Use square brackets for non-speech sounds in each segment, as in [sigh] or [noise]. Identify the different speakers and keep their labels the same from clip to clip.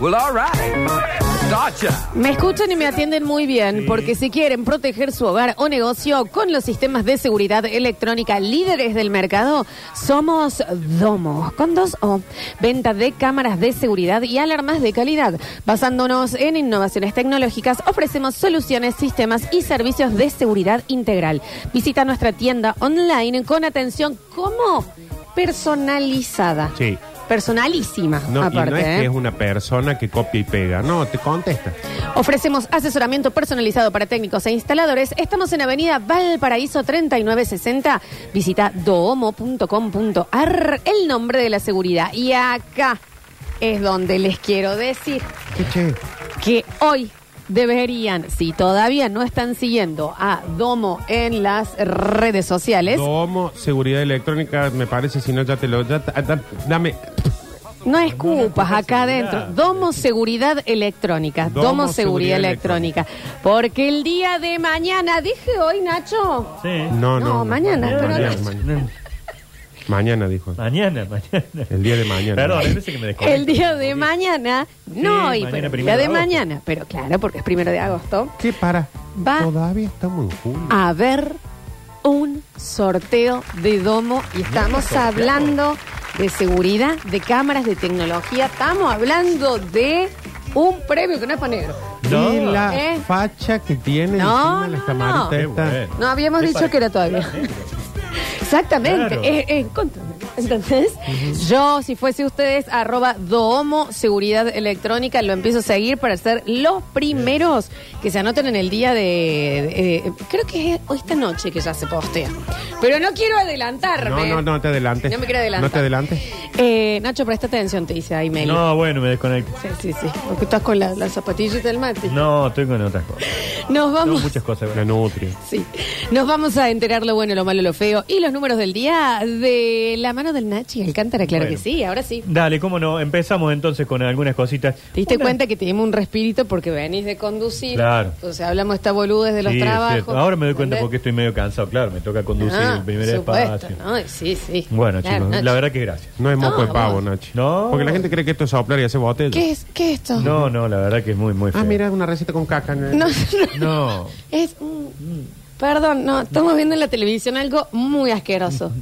Speaker 1: Well, all right. Gotcha.
Speaker 2: Me escuchan y me atienden muy bien porque si quieren proteger su hogar o negocio con los sistemas de seguridad electrónica líderes del mercado, somos Domo, con dos O. Venta de cámaras de seguridad y alarmas de calidad. Basándonos en innovaciones tecnológicas, ofrecemos soluciones, sistemas y servicios de seguridad integral. Visita nuestra tienda online con atención como personalizada.
Speaker 3: Sí.
Speaker 2: Personalísima,
Speaker 3: No,
Speaker 2: aparte.
Speaker 3: y no es
Speaker 2: ¿eh?
Speaker 3: que es una persona que copia y pega. No, te contesta.
Speaker 2: Ofrecemos asesoramiento personalizado para técnicos e instaladores. Estamos en Avenida Valparaíso 3960. Visita doomo.com.ar, el nombre de la seguridad. Y acá es donde les quiero decir
Speaker 3: Che, che.
Speaker 2: que hoy deberían, si todavía no están siguiendo a Domo en las redes sociales,
Speaker 3: Domo, seguridad electrónica, me parece, si no ya te lo... ya ta- da- dame...
Speaker 2: no escupas
Speaker 3: no, no,
Speaker 2: acá
Speaker 3: seguridad.
Speaker 2: adentro. Domo Seguridad Electrónica. Domo,
Speaker 3: Domo
Speaker 2: Seguridad
Speaker 3: Seguridad
Speaker 2: Electrónica. Porque el día de mañana, dije hoy, Nacho.
Speaker 4: Sí.
Speaker 3: No, no.
Speaker 2: No, mañana,
Speaker 3: Mañana,
Speaker 2: pero
Speaker 3: mañana,
Speaker 2: no.
Speaker 3: mañana.
Speaker 4: No,
Speaker 3: Mañana, dijo.
Speaker 4: Mañana, [laughs] mañana.
Speaker 3: El día de mañana.
Speaker 4: Perdón, hay veces que me desconecto.
Speaker 2: El día de mañana, no,
Speaker 4: Sí,
Speaker 2: y
Speaker 4: mañana
Speaker 2: pero el día de
Speaker 4: primero de agosto.
Speaker 2: mañana, pero claro, porque es primero de agosto,
Speaker 3: ¿Qué para?
Speaker 2: Va- Ah.
Speaker 3: Todavía estamos en julio.
Speaker 2: a ver un sorteo de domo y estamos hablando de seguridad, de cámaras, de tecnología, estamos hablando de un premio que no es para negro.
Speaker 3: Y
Speaker 4: No.
Speaker 3: la
Speaker 2: Eh.
Speaker 3: facha que tiene
Speaker 2: No,
Speaker 3: encima las
Speaker 2: no,
Speaker 3: camaritas
Speaker 2: no.
Speaker 4: Qué
Speaker 3: estas.
Speaker 4: bueno.
Speaker 2: No habíamos
Speaker 4: Es
Speaker 2: dicho
Speaker 4: para-
Speaker 2: que era todavía. Exactamente,
Speaker 4: Claro.
Speaker 2: es, es contra. Entonces, yo, si fuese ustedes, arroba Doomo Seguridad Electrónica, lo empiezo a seguir para ser los primeros que se anoten en el día de. eh, creo que es hoy esta noche que ya se postea. Pero no quiero
Speaker 3: No,
Speaker 2: adelantarme.
Speaker 3: no, no te adelantes.
Speaker 2: No me quiero adelantar.
Speaker 3: No te adelantes.
Speaker 2: Eh, Nacho, presta atención, te dice ahí, Meli.
Speaker 4: No, bueno, me desconecto.
Speaker 2: Sí, sí, sí. Porque estás con la, la zapatilla del mate.
Speaker 4: No, estoy con otras cosas.
Speaker 2: Nos
Speaker 4: Tengo
Speaker 2: vamos.
Speaker 4: muchas cosas.
Speaker 3: La nutria.
Speaker 2: Sí. Nos vamos a enterar lo bueno, lo malo, lo feo y los números del día de la mano del Nachi Alcántara, claro
Speaker 4: Bueno.
Speaker 2: que sí, ahora sí.
Speaker 4: Dale, cómo no. Empezamos entonces con algunas cositas.
Speaker 2: ¿Te diste
Speaker 4: Una-
Speaker 2: cuenta que tenemos un respirito porque venís de conducir?
Speaker 4: Claro.
Speaker 2: Entonces hablamos esta boludez de los
Speaker 4: Sí, es
Speaker 2: trabajos.
Speaker 4: cierto. Ahora me doy cuenta porque
Speaker 2: ¿entendés?
Speaker 4: estoy medio cansado. Claro, me toca conducir
Speaker 2: Ah,
Speaker 4: el primer
Speaker 2: supuesto,
Speaker 4: espacio.
Speaker 2: ¿no? Y Sí, sí.
Speaker 4: Bueno,
Speaker 2: Claro,
Speaker 4: chicos,
Speaker 2: Nachi.
Speaker 4: la verdad que gracias.
Speaker 3: No es moco
Speaker 2: No,
Speaker 3: de pavo,
Speaker 2: vos.
Speaker 3: Nachi.
Speaker 4: No.
Speaker 3: Porque la gente cree que esto es soplar y hace botella.
Speaker 2: ¿Qué es, qué es esto?
Speaker 4: No, no, la verdad que es muy, muy feo.
Speaker 3: Ah, mira, una receta con
Speaker 2: [laughs]
Speaker 3: caca.
Speaker 2: No,
Speaker 3: No.
Speaker 4: No.
Speaker 2: es un- Perdón, no, estamos viendo en la televisión algo muy asqueroso.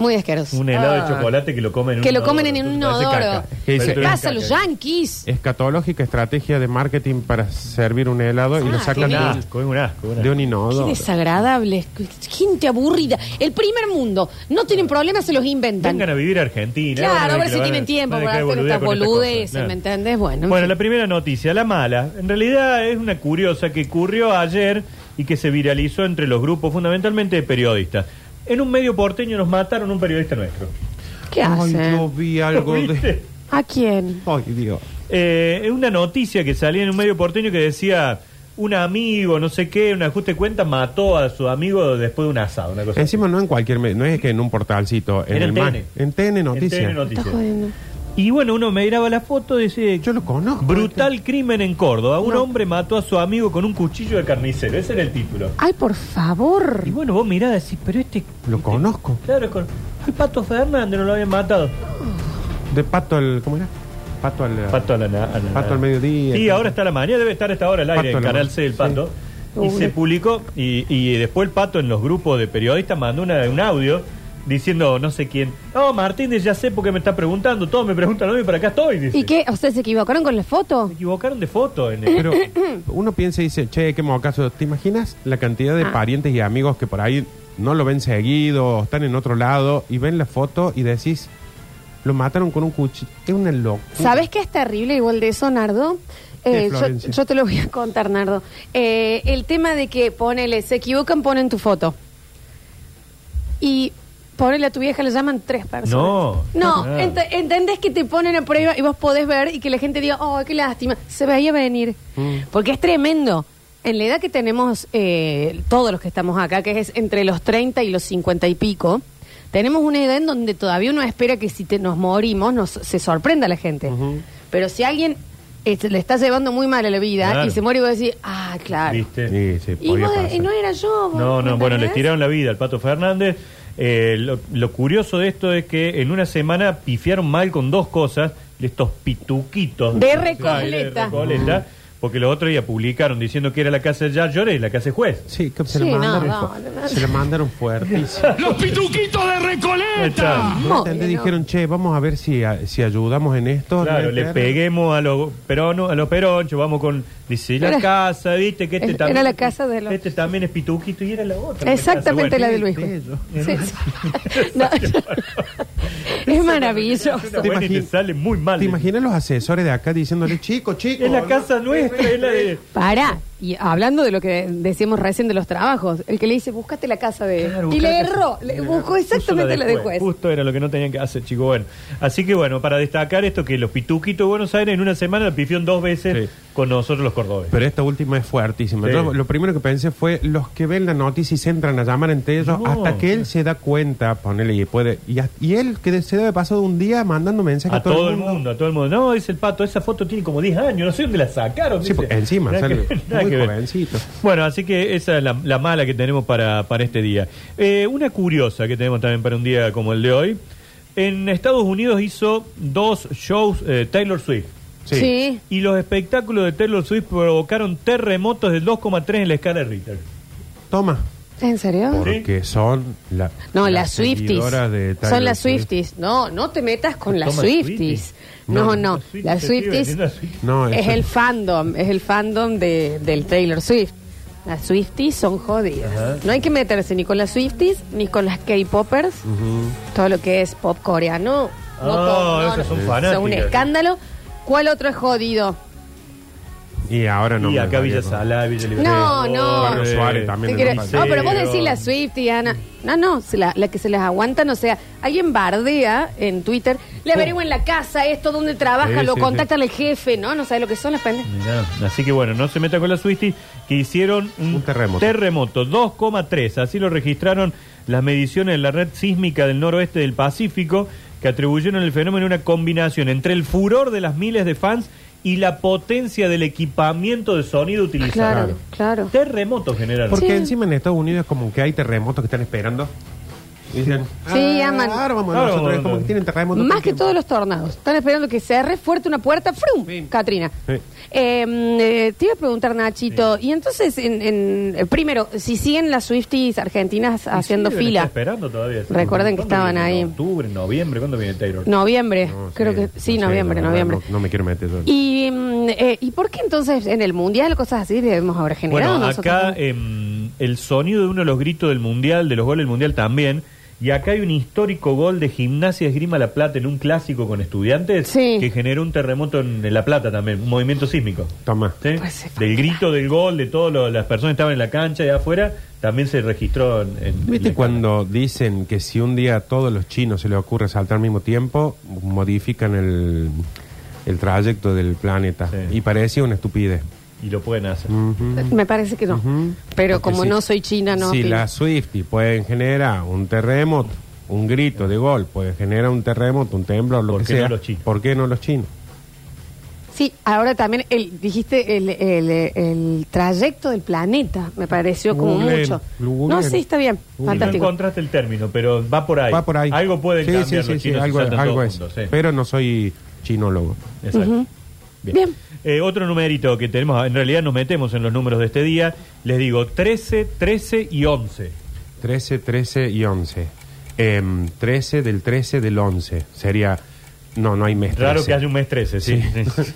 Speaker 2: Muy asqueroso.
Speaker 4: Un helado
Speaker 3: Ah.
Speaker 4: de chocolate que lo comen en
Speaker 2: que
Speaker 4: un
Speaker 2: lo comen en un
Speaker 4: entonces parece
Speaker 2: inodoro.
Speaker 4: caca.
Speaker 3: ¿Qué dice?
Speaker 4: Pero
Speaker 2: ¿Qué
Speaker 4: es
Speaker 2: pasa,
Speaker 4: caca.
Speaker 2: los yankees?
Speaker 3: Escatológica estrategia de marketing para servir un helado y
Speaker 2: Ah,
Speaker 3: lo
Speaker 2: qué
Speaker 3: sacan
Speaker 4: Un
Speaker 2: bien.
Speaker 3: de,
Speaker 4: asco, es un asco. un asco.
Speaker 3: de un
Speaker 2: Qué
Speaker 3: inodoro.
Speaker 2: desagradable, gente aburrida. El primer mundo, no tienen problemas, se los inventan.
Speaker 4: Vengan a vivir a Argentina.
Speaker 2: Claro,
Speaker 4: ahora
Speaker 2: a ver
Speaker 4: que
Speaker 2: si
Speaker 4: la van a-
Speaker 2: tienen tiempo
Speaker 4: van a
Speaker 2: para
Speaker 4: dejar de
Speaker 2: hacer estas
Speaker 4: boludear con estas cosas,
Speaker 2: boludeces,
Speaker 4: claro.
Speaker 2: ¿me entendés? Bueno, en
Speaker 4: Bueno,
Speaker 2: fin.
Speaker 4: la primera noticia, la mala. En realidad es una curiosa que ocurrió ayer y que se viralizó entre los grupos, fundamentalmente de periodistas. En un medio porteño nos mataron un periodista nuestro.
Speaker 2: ¿qué
Speaker 3: Ay,
Speaker 2: hacen?
Speaker 3: yo vi algo de...
Speaker 4: ¿Viste?
Speaker 2: ¿A quién?
Speaker 3: Ay, Dios.
Speaker 4: Eh, es una noticia que salía en un medio porteño que decía un amigo, no sé qué, un ajuste de cuenta, mató a su amigo después de un asado. Una cosa
Speaker 3: Encima no en cualquier... me- No es que en un portalcito. Pues En
Speaker 4: Era
Speaker 3: el
Speaker 4: en
Speaker 3: mar.
Speaker 4: TN.
Speaker 3: En TN Noticias.
Speaker 4: En TN
Speaker 2: Estás
Speaker 4: Noticias.
Speaker 2: jodiendo.
Speaker 4: Y bueno, uno me graba la foto y dice...
Speaker 3: Yo lo conozco.
Speaker 4: Brutal crimen en Córdoba. Un hombre mató a su amigo con un cuchillo de carnicero. Ese era el título.
Speaker 2: Ay, por favor.
Speaker 4: Y bueno, vos mirás y decís, pero este...
Speaker 3: Lo
Speaker 4: este-
Speaker 3: conozco.
Speaker 4: Claro, con... El Pato Fernández no lo habían matado.
Speaker 3: De pato al... ¿Cómo era? Pato al...
Speaker 4: Pato a la na- a la
Speaker 3: Pato
Speaker 4: na-
Speaker 3: al mediodía.
Speaker 4: Sí, ahora está a la mañana, debe estar a esta hora al aire
Speaker 3: Pato a
Speaker 4: en
Speaker 3: la
Speaker 4: Canal
Speaker 3: ma-
Speaker 4: 6 el Pato. Y
Speaker 2: Pobre.
Speaker 4: se publicó, y, y después el Pato en los grupos de periodistas mandó una- un audio diciendo, no sé quién, no, Martínez, ya sé por qué me está preguntando, todos me preguntan lo mismo, pero acá estoy. Dice.
Speaker 2: ¿Y qué? ¿Ustedes se equivocaron con la foto?
Speaker 4: Se equivocaron de foto. En
Speaker 2: [coughs]
Speaker 4: el-
Speaker 3: Pero uno piensa y dice, che, qué mocaso. ¿Te imaginas la cantidad de
Speaker 2: Ah.
Speaker 3: parientes y amigos que por ahí no lo ven seguido o están en otro lado y ven la foto y decís, lo mataron con un cuchillo? Es una locura.
Speaker 2: ¿Sabes qué es terrible igual de eso, Nardo?
Speaker 3: ¿Qué,
Speaker 2: Eh, yo,
Speaker 3: Florencia?
Speaker 2: yo te lo voy a contar, Nardo. Eh, el tema de que ponele, se equivocan, ponen tu foto. Y ponele a tu vieja, le llaman tres personas.
Speaker 4: No. Ah.
Speaker 2: No,
Speaker 4: Claro.
Speaker 2: ent- entendés que te ponen a prueba y vos podés ver y que la gente diga, oh, qué lástima, se veía venir.
Speaker 4: Mm.
Speaker 2: Porque es tremendo. En la edad que tenemos eh, todos los que estamos acá, que es entre los 30 y los 50 y pico, tenemos una edad en donde todavía uno espera que si te, nos morimos nos, se sorprenda a la gente. Pero si alguien eh, le está llevando muy mal a la vida
Speaker 4: Claro.
Speaker 2: y se muere y vos decís, ah, claro.
Speaker 4: ¿Viste?
Speaker 3: Sí, sí,
Speaker 2: Y,
Speaker 3: podía
Speaker 2: vos,
Speaker 3: pasar.
Speaker 2: eh, no era yo. vos,
Speaker 4: No, no, bueno, le
Speaker 2: ¿entendés?
Speaker 4: tiraron la vida al Pato Fernández. Eh, lo, lo curioso de esto es que en una semana pifiaron mal con dos cosas de estos pituquitos.
Speaker 2: De
Speaker 4: Buenos Aires,
Speaker 2: Recoleta.
Speaker 4: de Recoleta, Porque los otros ya publicaron diciendo que era la casa de Giorgio Lloré y la casa de juez.
Speaker 3: Sí, que se
Speaker 2: Sí,
Speaker 3: le
Speaker 2: no,
Speaker 3: mandaron,
Speaker 2: no,
Speaker 3: fu-
Speaker 2: no, no.
Speaker 3: Se le mandaron
Speaker 2: [laughs]
Speaker 3: fuertísimo.
Speaker 5: ¡Los pituquitos de
Speaker 4: Ahí
Speaker 5: Recoleta!
Speaker 4: está.
Speaker 3: ¿No
Speaker 2: Muy
Speaker 3: entendés?
Speaker 2: bien, ¿no?
Speaker 3: Dijeron, che, vamos a ver si, a- si ayudamos en esto.
Speaker 4: Claro,
Speaker 3: ¿no?
Speaker 4: le peguemos a los peronos, a los peronchos, vamos con. Dice, y la
Speaker 2: Era-
Speaker 4: casa, viste, que este
Speaker 2: era
Speaker 4: también.
Speaker 2: la casa de los-
Speaker 4: Este también es pituquito y era la otra.
Speaker 2: Exactamente
Speaker 4: casa.
Speaker 2: la de Luis.
Speaker 4: Bueno,
Speaker 2: Juez. Sí, sí.
Speaker 4: [laughs]
Speaker 2: No, es maravilloso.
Speaker 4: una buena y te
Speaker 3: imagin-
Speaker 4: sale muy mal.
Speaker 3: ¿Te imaginas los asesores de acá diciéndole, chico, chico?
Speaker 4: Es la
Speaker 3: no?
Speaker 4: casa nuestra, es la de.
Speaker 2: Para, y hablando de lo que decíamos recién de los trabajos, el que le dice, búscate la casa de...
Speaker 4: Claro,
Speaker 2: y
Speaker 4: buscar
Speaker 2: le
Speaker 4: la-
Speaker 2: erró, le buscó
Speaker 4: Puso
Speaker 2: exactamente la de juez.
Speaker 4: Justo era lo que no tenían que hacer, chico. Bueno, así que bueno, para destacar esto, que los pituquitos de Buenos Aires en una semana la pifión dos
Speaker 3: Sí.
Speaker 4: veces con nosotros los cordobeses.
Speaker 3: Pero esta última es fuertísima.
Speaker 4: Sí.
Speaker 3: Yo lo primero que pensé fue los que ven la noticia y se entran a llamar entre ellos
Speaker 4: No.
Speaker 3: hasta que él se da cuenta, ponele y puede. Y, a- y él que se debe pasar un día mandando mensajes
Speaker 4: A todo, el mundo. a todo el mundo. No, dice el pato, esa foto tiene como 10 años, no sé dónde la sacaron.
Speaker 3: Sí,
Speaker 4: dice.
Speaker 3: porque encima
Speaker 4: Nada
Speaker 3: sale
Speaker 4: que ver, nada
Speaker 3: muy
Speaker 4: que ver.
Speaker 3: jovencito.
Speaker 4: Bueno, así que esa es la, la mala que tenemos para, para este día. Eh, una curiosa que tenemos también para un día como el de hoy. En Estados Unidos hizo dos shows eh, Taylor Swift.
Speaker 3: Sí.
Speaker 2: Sí.
Speaker 4: Y los espectáculos de Taylor Swift provocaron terremotos del 2,3 en la escala de Richter.
Speaker 3: Toma.
Speaker 2: ¿En serio?
Speaker 3: Porque son la,
Speaker 2: No, las Swifties.
Speaker 3: seguidoras de Taylor
Speaker 2: Son las
Speaker 3: Swift.
Speaker 2: Swifties. No, no te metas con las
Speaker 4: Pues Toma
Speaker 2: Swifties.
Speaker 4: Swifties.
Speaker 2: No,
Speaker 3: No,
Speaker 2: no.
Speaker 4: las
Speaker 2: Las
Speaker 4: Swifties,
Speaker 2: Swifties
Speaker 4: te iba a decir, las
Speaker 3: No,
Speaker 2: es
Speaker 3: eso-
Speaker 2: el fandom, es el fandom de, del Taylor Swift. Las Swifties son jodidas. No hay que meterse ni con las Swifties ni con las K-Poppers. Todo lo que es pop coreano.
Speaker 4: Ah,
Speaker 2: no todo, no,
Speaker 4: esas
Speaker 2: no.
Speaker 4: son
Speaker 2: Son un
Speaker 4: fanáticas.
Speaker 2: escándalo. ¿Cuál otro es jodido?
Speaker 3: Y ahora no.
Speaker 4: y
Speaker 3: me
Speaker 4: acá Villa
Speaker 3: acuerdo.
Speaker 4: Sala, Villa Libertador.
Speaker 2: No, no.
Speaker 3: Barrio Suárez
Speaker 2: Te
Speaker 3: también.
Speaker 2: quiero-
Speaker 3: no
Speaker 4: sí.
Speaker 2: No, pero vos decís la Swifty, Ana. No, no, se la, la que se les aguantan, o sea, alguien bardea en Twitter, le averigüen la casa, esto, dónde trabaja,
Speaker 3: Sí,
Speaker 2: lo
Speaker 3: sí,
Speaker 2: contactan al jefe, ¿no? No sabe lo que son las pendejas.
Speaker 4: Mirá, Así que bueno, no se meta con la Swifties que hicieron un,
Speaker 3: Un terremoto.
Speaker 4: terremoto, 2,3. Así lo registraron las mediciones de la red sísmica del noroeste del Pacífico, que atribuyeron el fenómeno a una combinación entre el furor de las miles de fans y la potencia del equipamiento de sonido utilizado.
Speaker 2: Claro, claro.
Speaker 4: Terremoto general.
Speaker 3: Porque
Speaker 2: Sí.
Speaker 3: encima en Estados Unidos como que hay terremotos que están esperando. Y dicen,
Speaker 2: Sí,
Speaker 3: "Ah,
Speaker 2: aman.
Speaker 3: Ahora vamos
Speaker 4: Ahora
Speaker 3: nosotros",
Speaker 4: vamos
Speaker 3: es como
Speaker 4: nosotros.
Speaker 3: que tienen terremotos.
Speaker 2: Más que todos los tornados. Están esperando que se arre fuerte una puerta. ¡Frum! Catrina.
Speaker 3: Sí.
Speaker 2: Eh, mm, eh, te iba a preguntar, Nachito. Y entonces, en, en- eh, primero, si siguen las Swifties argentinas haciendo
Speaker 4: siguen,
Speaker 2: fila.
Speaker 4: está
Speaker 3: este
Speaker 4: esperando todavía.
Speaker 2: Recuerden que
Speaker 4: ¿Cuándo
Speaker 2: estaban
Speaker 4: viene?
Speaker 2: ahí.
Speaker 4: ¿En octubre, noviembre, ¿cuándo viene Taylor?
Speaker 2: Noviembre,
Speaker 3: No,
Speaker 2: creo que sí,
Speaker 3: no sé,
Speaker 2: noviembre,
Speaker 3: la verdad,
Speaker 2: noviembre.
Speaker 3: No, no me quiero meter yo.
Speaker 2: Y, mm, eh, ¿Y por qué entonces en el mundial cosas así debemos haber generado?
Speaker 4: Bueno,
Speaker 2: nosotros?
Speaker 4: acá em, el sonido de uno de los gritos del Mundial, de los goles del Mundial también. Y acá hay un histórico gol de Gimnasia Esgrima La Plata en un clásico con estudiantes
Speaker 2: Sí.
Speaker 4: que generó un terremoto en, en La Plata también, un movimiento sísmico.
Speaker 3: Toma.
Speaker 4: ¿sí?
Speaker 2: Pues se
Speaker 4: Del grito del gol, de todas las personas que estaban en la cancha y afuera, también se registró en... en- en
Speaker 3: ¿Viste
Speaker 4: la-
Speaker 3: cuando dicen que si un día a todos los chinos se les ocurre saltar al mismo tiempo, modifican el, el trayecto del planeta?
Speaker 4: Sí.
Speaker 3: Y parecía una estupidez.
Speaker 4: Y lo pueden hacer.
Speaker 3: Mm.
Speaker 2: Me parece que no. Pero
Speaker 3: Porque
Speaker 2: como
Speaker 3: si-
Speaker 2: no soy china, no.
Speaker 3: Si
Speaker 2: opino.
Speaker 3: las Swifties pueden generar un terremoto, un grito de gol, pueden generar un terremoto, un temblor, lo
Speaker 4: ¿Por
Speaker 3: que
Speaker 4: qué no
Speaker 3: sea.
Speaker 4: los chinos?
Speaker 3: ¿Por qué no los chinos?
Speaker 2: Sí, ahora también el, dijiste el, el, el trayecto del planeta. Me pareció como
Speaker 3: Googleen,
Speaker 2: mucho. No,
Speaker 3: googleen.
Speaker 2: sí, está bien.
Speaker 3: Googleen.
Speaker 4: No
Speaker 2: Fantástico.
Speaker 4: encontraste el término, pero va por ahí.
Speaker 3: Va por ahí.
Speaker 4: Algo pueden
Speaker 3: sí,
Speaker 4: cambiar
Speaker 3: sí,
Speaker 4: los
Speaker 3: sí, sí,
Speaker 4: chinos si
Speaker 3: algo,
Speaker 4: saltan
Speaker 3: algo
Speaker 4: todos
Speaker 3: es.
Speaker 4: juntos, sí.
Speaker 3: Pero no soy chinólogo.
Speaker 4: Exacto. Bien.
Speaker 2: Bien.
Speaker 4: Eh, otro numerito que tenemos, en realidad nos metemos en los números de este día. Les digo 13, 13 y 11.
Speaker 3: 13, 13 y 11. Em, 13 del 13 del 11. Sería... No, no hay mes
Speaker 4: Raro
Speaker 3: 13.
Speaker 4: que haya un [laughs] mes 13, sí.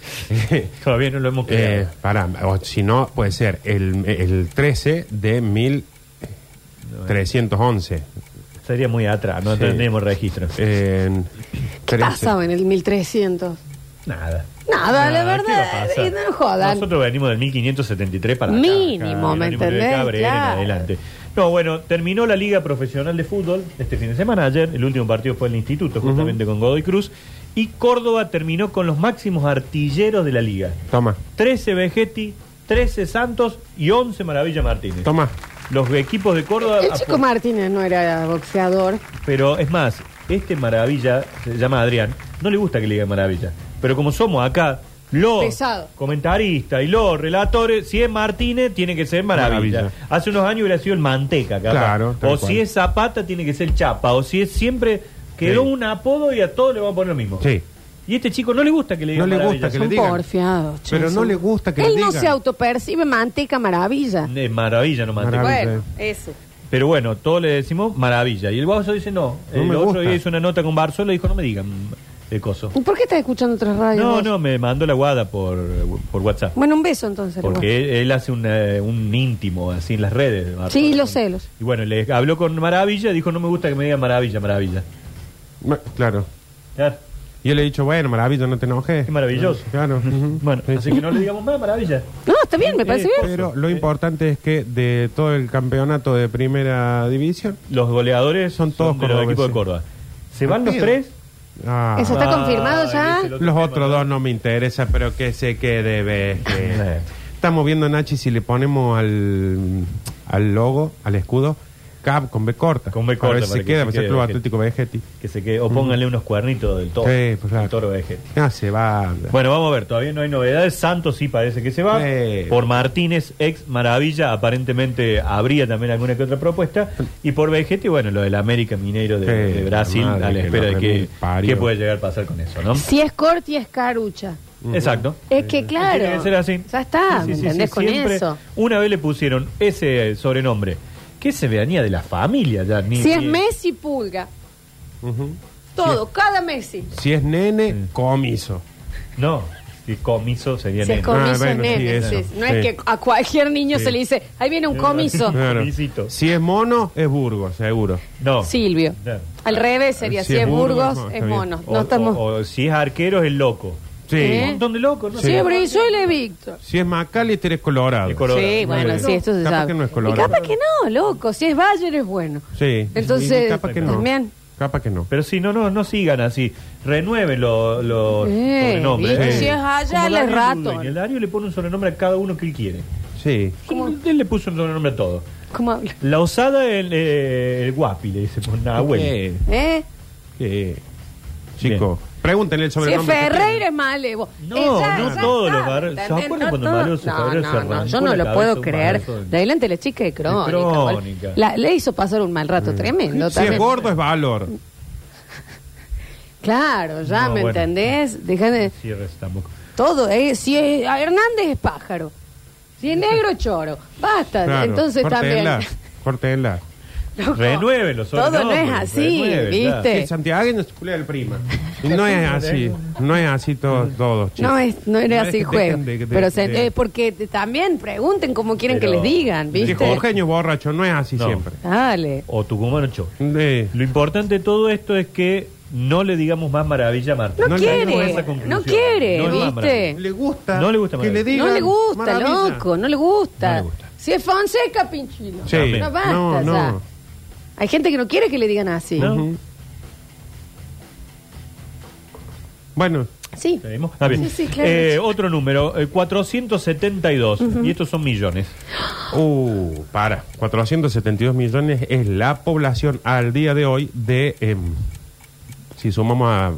Speaker 4: [laughs] Todavía no lo hemos creado.
Speaker 3: [laughs] Eh, pará, o si no, puede ser el, el 13 de 1311.
Speaker 4: Sería muy atrás, no
Speaker 3: sí.
Speaker 4: tenemos registro.
Speaker 3: En
Speaker 2: ¿Qué
Speaker 3: 13.
Speaker 2: pasaba en el 1300?
Speaker 4: Nada.
Speaker 2: Nada, la
Speaker 4: ¿qué va a
Speaker 2: verdad,
Speaker 4: pasar?
Speaker 2: y no nos jodan.
Speaker 4: Nosotros venimos del 1573 para acá.
Speaker 2: Mínimo,
Speaker 4: Acá,
Speaker 2: ¿me
Speaker 4: Jerónimo de
Speaker 2: entendés?
Speaker 4: Cabrera en
Speaker 2: Claro.
Speaker 4: adelante. No, bueno, terminó la Liga Profesional de Fútbol este fin de semana. Ayer el último partido fue en el Instituto, justamente con Godoy Cruz. Y Córdoba terminó con los máximos artilleros de la Liga.
Speaker 3: Toma,
Speaker 4: 13 Vegetti, 13 Santos y 11 Maravilla Martínez.
Speaker 3: toma.
Speaker 4: Los equipos de Córdoba.
Speaker 2: El chico
Speaker 4: apu-
Speaker 2: Martínez no era boxeador.
Speaker 4: Pero es más, este Maravilla, se llama Adrián, no le gusta que le digan Maravilla. Pero como somos acá, los
Speaker 2: Pesado.
Speaker 4: comentaristas y los relatores, si es Martínez, tiene que ser Maravilla.
Speaker 3: Maravilla.
Speaker 4: Hace unos años hubiera sido el Manteca, capaz.
Speaker 3: Claro, tal
Speaker 4: O
Speaker 3: cual.
Speaker 4: si es Zapata, tiene que ser Chapa. O si es siempre. Quedó
Speaker 3: Sí.
Speaker 4: un apodo y a todos le van a poner lo mismo.
Speaker 3: Sí.
Speaker 4: Y a este chico no le gusta que le digan
Speaker 3: No le gusta
Speaker 4: maravillas.
Speaker 3: que
Speaker 2: Son
Speaker 3: le digan.
Speaker 2: porfiados, che,
Speaker 3: Pero no
Speaker 2: son-
Speaker 3: le gusta que
Speaker 2: Él
Speaker 3: le
Speaker 2: no
Speaker 3: digan.
Speaker 2: se autopercibe manteca maravilla.
Speaker 4: De maravilla nomás.
Speaker 3: Maravilla.
Speaker 2: Bueno, eso.
Speaker 4: Pero bueno, todos le decimos maravilla. Y el Bozo dice no.
Speaker 3: No
Speaker 4: el
Speaker 3: me
Speaker 4: otro
Speaker 3: gusta.
Speaker 4: día hizo una nota con Barzola y dijo no me digan el coso.
Speaker 2: ¿Y por qué estás escuchando otras radios?
Speaker 4: No,
Speaker 2: vos?
Speaker 4: no, me mandó la guada por, por WhatsApp.
Speaker 2: Bueno, un beso entonces.
Speaker 4: Porque él, él hace una- un íntimo así en las redes. de Barzola.
Speaker 2: Sí, lo sé, lo sé.
Speaker 4: Y bueno, le habló con Maravilla, dijo no me gusta que me digan Maravilla, Maravilla.
Speaker 3: Ma- Claro.
Speaker 4: Claro,
Speaker 3: Y él le he dicho, bueno, maravilla, no te enojes.
Speaker 4: qué maravilloso.
Speaker 3: Claro. ujú.
Speaker 4: [laughs] Bueno,
Speaker 3: Sí.
Speaker 4: así que no le digamos más Maravilla.
Speaker 2: No, está bien, me parece
Speaker 4: Eh,
Speaker 2: bien.
Speaker 3: Pero lo importante es que de todo el campeonato de primera división.
Speaker 4: Los goleadores
Speaker 3: Son todos
Speaker 4: son todos del
Speaker 3: cordobeses.
Speaker 4: equipo de Córdoba. ¿Se van los
Speaker 3: Pido.
Speaker 4: tres?
Speaker 3: Ah,
Speaker 2: Eso está
Speaker 4: Ah,
Speaker 2: confirmado ya.
Speaker 4: ese lo-
Speaker 3: los otros dos no me interesa, pero que se quede
Speaker 4: Eh. [laughs]
Speaker 3: veje. Estamos viendo, Nachi, si le ponemos al, al logo, al escudo, CAP con B corta.
Speaker 4: Con B
Speaker 3: A
Speaker 4: corta,
Speaker 3: ver si
Speaker 4: para
Speaker 3: se
Speaker 4: que
Speaker 3: queda,
Speaker 4: se
Speaker 3: va a ser
Speaker 4: quede
Speaker 3: Club
Speaker 4: Vegetti.
Speaker 3: Atlético Vegetti.
Speaker 4: Que se quede, o pónganle unos cuernitos del toro.
Speaker 3: Sí, pues, claro.
Speaker 4: El toro de gente.
Speaker 3: Ah, se va.
Speaker 4: Bueno, vamos a ver, todavía no hay novedades. Santos sí parece que se va.
Speaker 3: Sí.
Speaker 4: Por Martínez, ex Maravilla, aparentemente habría también alguna que otra propuesta. Y por Vegetti, bueno, lo del América Mineiro de,
Speaker 3: Sí,
Speaker 4: de Brasil,
Speaker 3: la madre
Speaker 4: a la
Speaker 3: que
Speaker 4: espera
Speaker 3: lo
Speaker 4: de que,
Speaker 3: remil parió.
Speaker 4: qué puede llegar a pasar con eso, ¿no?
Speaker 2: Si es corti, es carucha.
Speaker 4: Exacto.
Speaker 2: Es que claro.
Speaker 4: Eh, Tiene que ser así.
Speaker 2: Ya está,
Speaker 4: Sí, sí,
Speaker 2: ¿me
Speaker 4: sí,
Speaker 2: entendés
Speaker 4: sí,
Speaker 2: con
Speaker 4: siempre.
Speaker 2: eso?
Speaker 4: Una vez le pusieron ese sobrenombre, que se veanía de la familia ya. Ni,
Speaker 2: Si es
Speaker 4: ni-
Speaker 2: Messi, pulga.
Speaker 3: Ujú.
Speaker 2: Todo, cada Messi.
Speaker 3: Si es nene, comiso.
Speaker 4: No, si es comiso sería
Speaker 2: Si es
Speaker 4: nene.
Speaker 3: com-
Speaker 2: comiso, es
Speaker 3: Ah, bueno, sí,
Speaker 2: nene.
Speaker 3: eso.
Speaker 2: sí, sí. No
Speaker 3: Sí.
Speaker 2: es que a cualquier niño se le dice, ahí viene un comiso.
Speaker 4: No.
Speaker 3: Claro.
Speaker 4: Comisito.
Speaker 3: Si es mono, es Burgos, seguro.
Speaker 2: [laughs]
Speaker 4: No.
Speaker 2: Silvio.
Speaker 4: Claro.
Speaker 2: Al revés sería, si es Burgos, es
Speaker 3: está bien.
Speaker 2: mono.
Speaker 4: O,
Speaker 2: No estamos...
Speaker 4: o- o si es arquero es el loco.
Speaker 3: Sí.
Speaker 2: ¿Eh?
Speaker 4: Un montón de locos, ¿no?
Speaker 2: Sí, Brizuela y Víctor.
Speaker 3: Si es McAllister, es colorado.
Speaker 4: Es colorado.
Speaker 2: Sí, bueno,
Speaker 3: Muy
Speaker 2: sí,
Speaker 3: bien.
Speaker 2: esto se
Speaker 3: Capaz
Speaker 2: sabe.
Speaker 3: que no es
Speaker 2: y
Speaker 3: colorado.
Speaker 2: capaz que no, loco. Si es Bayer es bueno.
Speaker 3: Sí.
Speaker 2: Entonces,
Speaker 3: Y capaz que no.
Speaker 2: también.
Speaker 3: Capaz que no.
Speaker 4: Pero sí, no, no, no sigan así. Renueven los lo,
Speaker 2: Eh,
Speaker 4: sobrenombres.
Speaker 2: y
Speaker 4: ¿eh?
Speaker 2: si es allá,
Speaker 4: Como
Speaker 2: él es
Speaker 4: Darío
Speaker 2: ratón.
Speaker 4: Rubén. El Darío le pone un sobrenombre a cada uno que él quiere.
Speaker 3: Sí.
Speaker 2: ¿Cómo?
Speaker 4: Él le puso un sobrenombre a todo.
Speaker 2: ¿Cómo habla?
Speaker 4: La osada, el, eh, el guapi, le dice por Nahuel.
Speaker 3: Eh,
Speaker 2: ¿Eh?
Speaker 3: eh. Chico, pregúntenle el
Speaker 2: Si es
Speaker 3: sobrenombre. que
Speaker 2: Ferreira es malevo.
Speaker 4: No,
Speaker 2: Eh, ya-
Speaker 4: no
Speaker 2: ya
Speaker 4: todos
Speaker 2: está,
Speaker 4: los barrios. ¿Se
Speaker 2: ¿entendés?
Speaker 4: acuerdan
Speaker 2: No
Speaker 4: cuando
Speaker 2: todos.
Speaker 4: Mario se
Speaker 2: No,
Speaker 4: Ferreira se
Speaker 2: no, no,
Speaker 4: arrancó
Speaker 2: yo no lo
Speaker 4: la cabeza
Speaker 2: puedo
Speaker 4: un
Speaker 2: creer.
Speaker 4: balazo en-
Speaker 2: De adelante la chica de crónica.
Speaker 4: Crónica.
Speaker 2: bol- La, le hizo pasar un mal rato tremendo.
Speaker 3: tiene. Si es
Speaker 2: también.
Speaker 3: gordo, es valor.
Speaker 2: Claro, ya,
Speaker 4: No,
Speaker 2: ¿me
Speaker 4: bueno.
Speaker 2: entendés? Deja de-
Speaker 4: Cierre ese tampoco.
Speaker 2: Todo, eh, si es, a Hernández es pájaro, si es negro choro, basta,
Speaker 3: Claro.
Speaker 2: entonces
Speaker 3: Córtenla,
Speaker 2: también.
Speaker 3: Córtenla.
Speaker 2: Loco,
Speaker 4: Renuévelo, sobre
Speaker 2: Todo no
Speaker 4: todo,
Speaker 2: es
Speaker 4: porque
Speaker 2: así,
Speaker 4: renueve, claro.
Speaker 2: ¿viste?
Speaker 3: El Santiago no se culea
Speaker 2: [laughs]
Speaker 3: el prima. Y no es así. No es así todo, todos,
Speaker 2: [laughs]
Speaker 3: chicos.
Speaker 2: No, es, no era
Speaker 3: No es
Speaker 2: así
Speaker 3: que
Speaker 2: el juego.
Speaker 3: dejen de- de-
Speaker 2: pero se-
Speaker 3: de-
Speaker 2: eh, porque te- también pregunten como quieren
Speaker 4: Pero-
Speaker 2: que les digan,
Speaker 4: Dijo,
Speaker 2: ¿viste?
Speaker 3: Dijo Eugenio borracho, no es así
Speaker 4: No.
Speaker 3: siempre.
Speaker 2: Dale.
Speaker 4: O Tucumán 8.
Speaker 3: Eh,
Speaker 4: Lo importante de todo esto es que no le digamos más maravilla a Martín.
Speaker 2: No,
Speaker 3: No le llegó a
Speaker 2: quiere,
Speaker 3: esa
Speaker 2: no
Speaker 4: conclusión.
Speaker 2: quiere,
Speaker 4: No es más
Speaker 2: ¿viste?
Speaker 3: Le gusta.
Speaker 4: No le gusta
Speaker 3: que le
Speaker 4: Maravilla.
Speaker 3: digan
Speaker 2: No le gusta,
Speaker 3: maravilla.
Speaker 2: loco, no le gusta.
Speaker 4: No le gusta.
Speaker 2: Si es Fonseca, pinchilo.
Speaker 3: Sí.
Speaker 2: No basta
Speaker 3: No, no.
Speaker 2: ya. Hay gente que no quiere que le digan así.
Speaker 4: ¿No?
Speaker 3: Ujú. Bueno,
Speaker 2: Sí.
Speaker 4: ¿Seguimos? Ah, bien.
Speaker 2: Sí, sí, claro.
Speaker 4: Eh, otro número, eh, 472. Y estos son millones.
Speaker 3: uh, para. 472 millones es la población al día de hoy de. em, si sumamos a.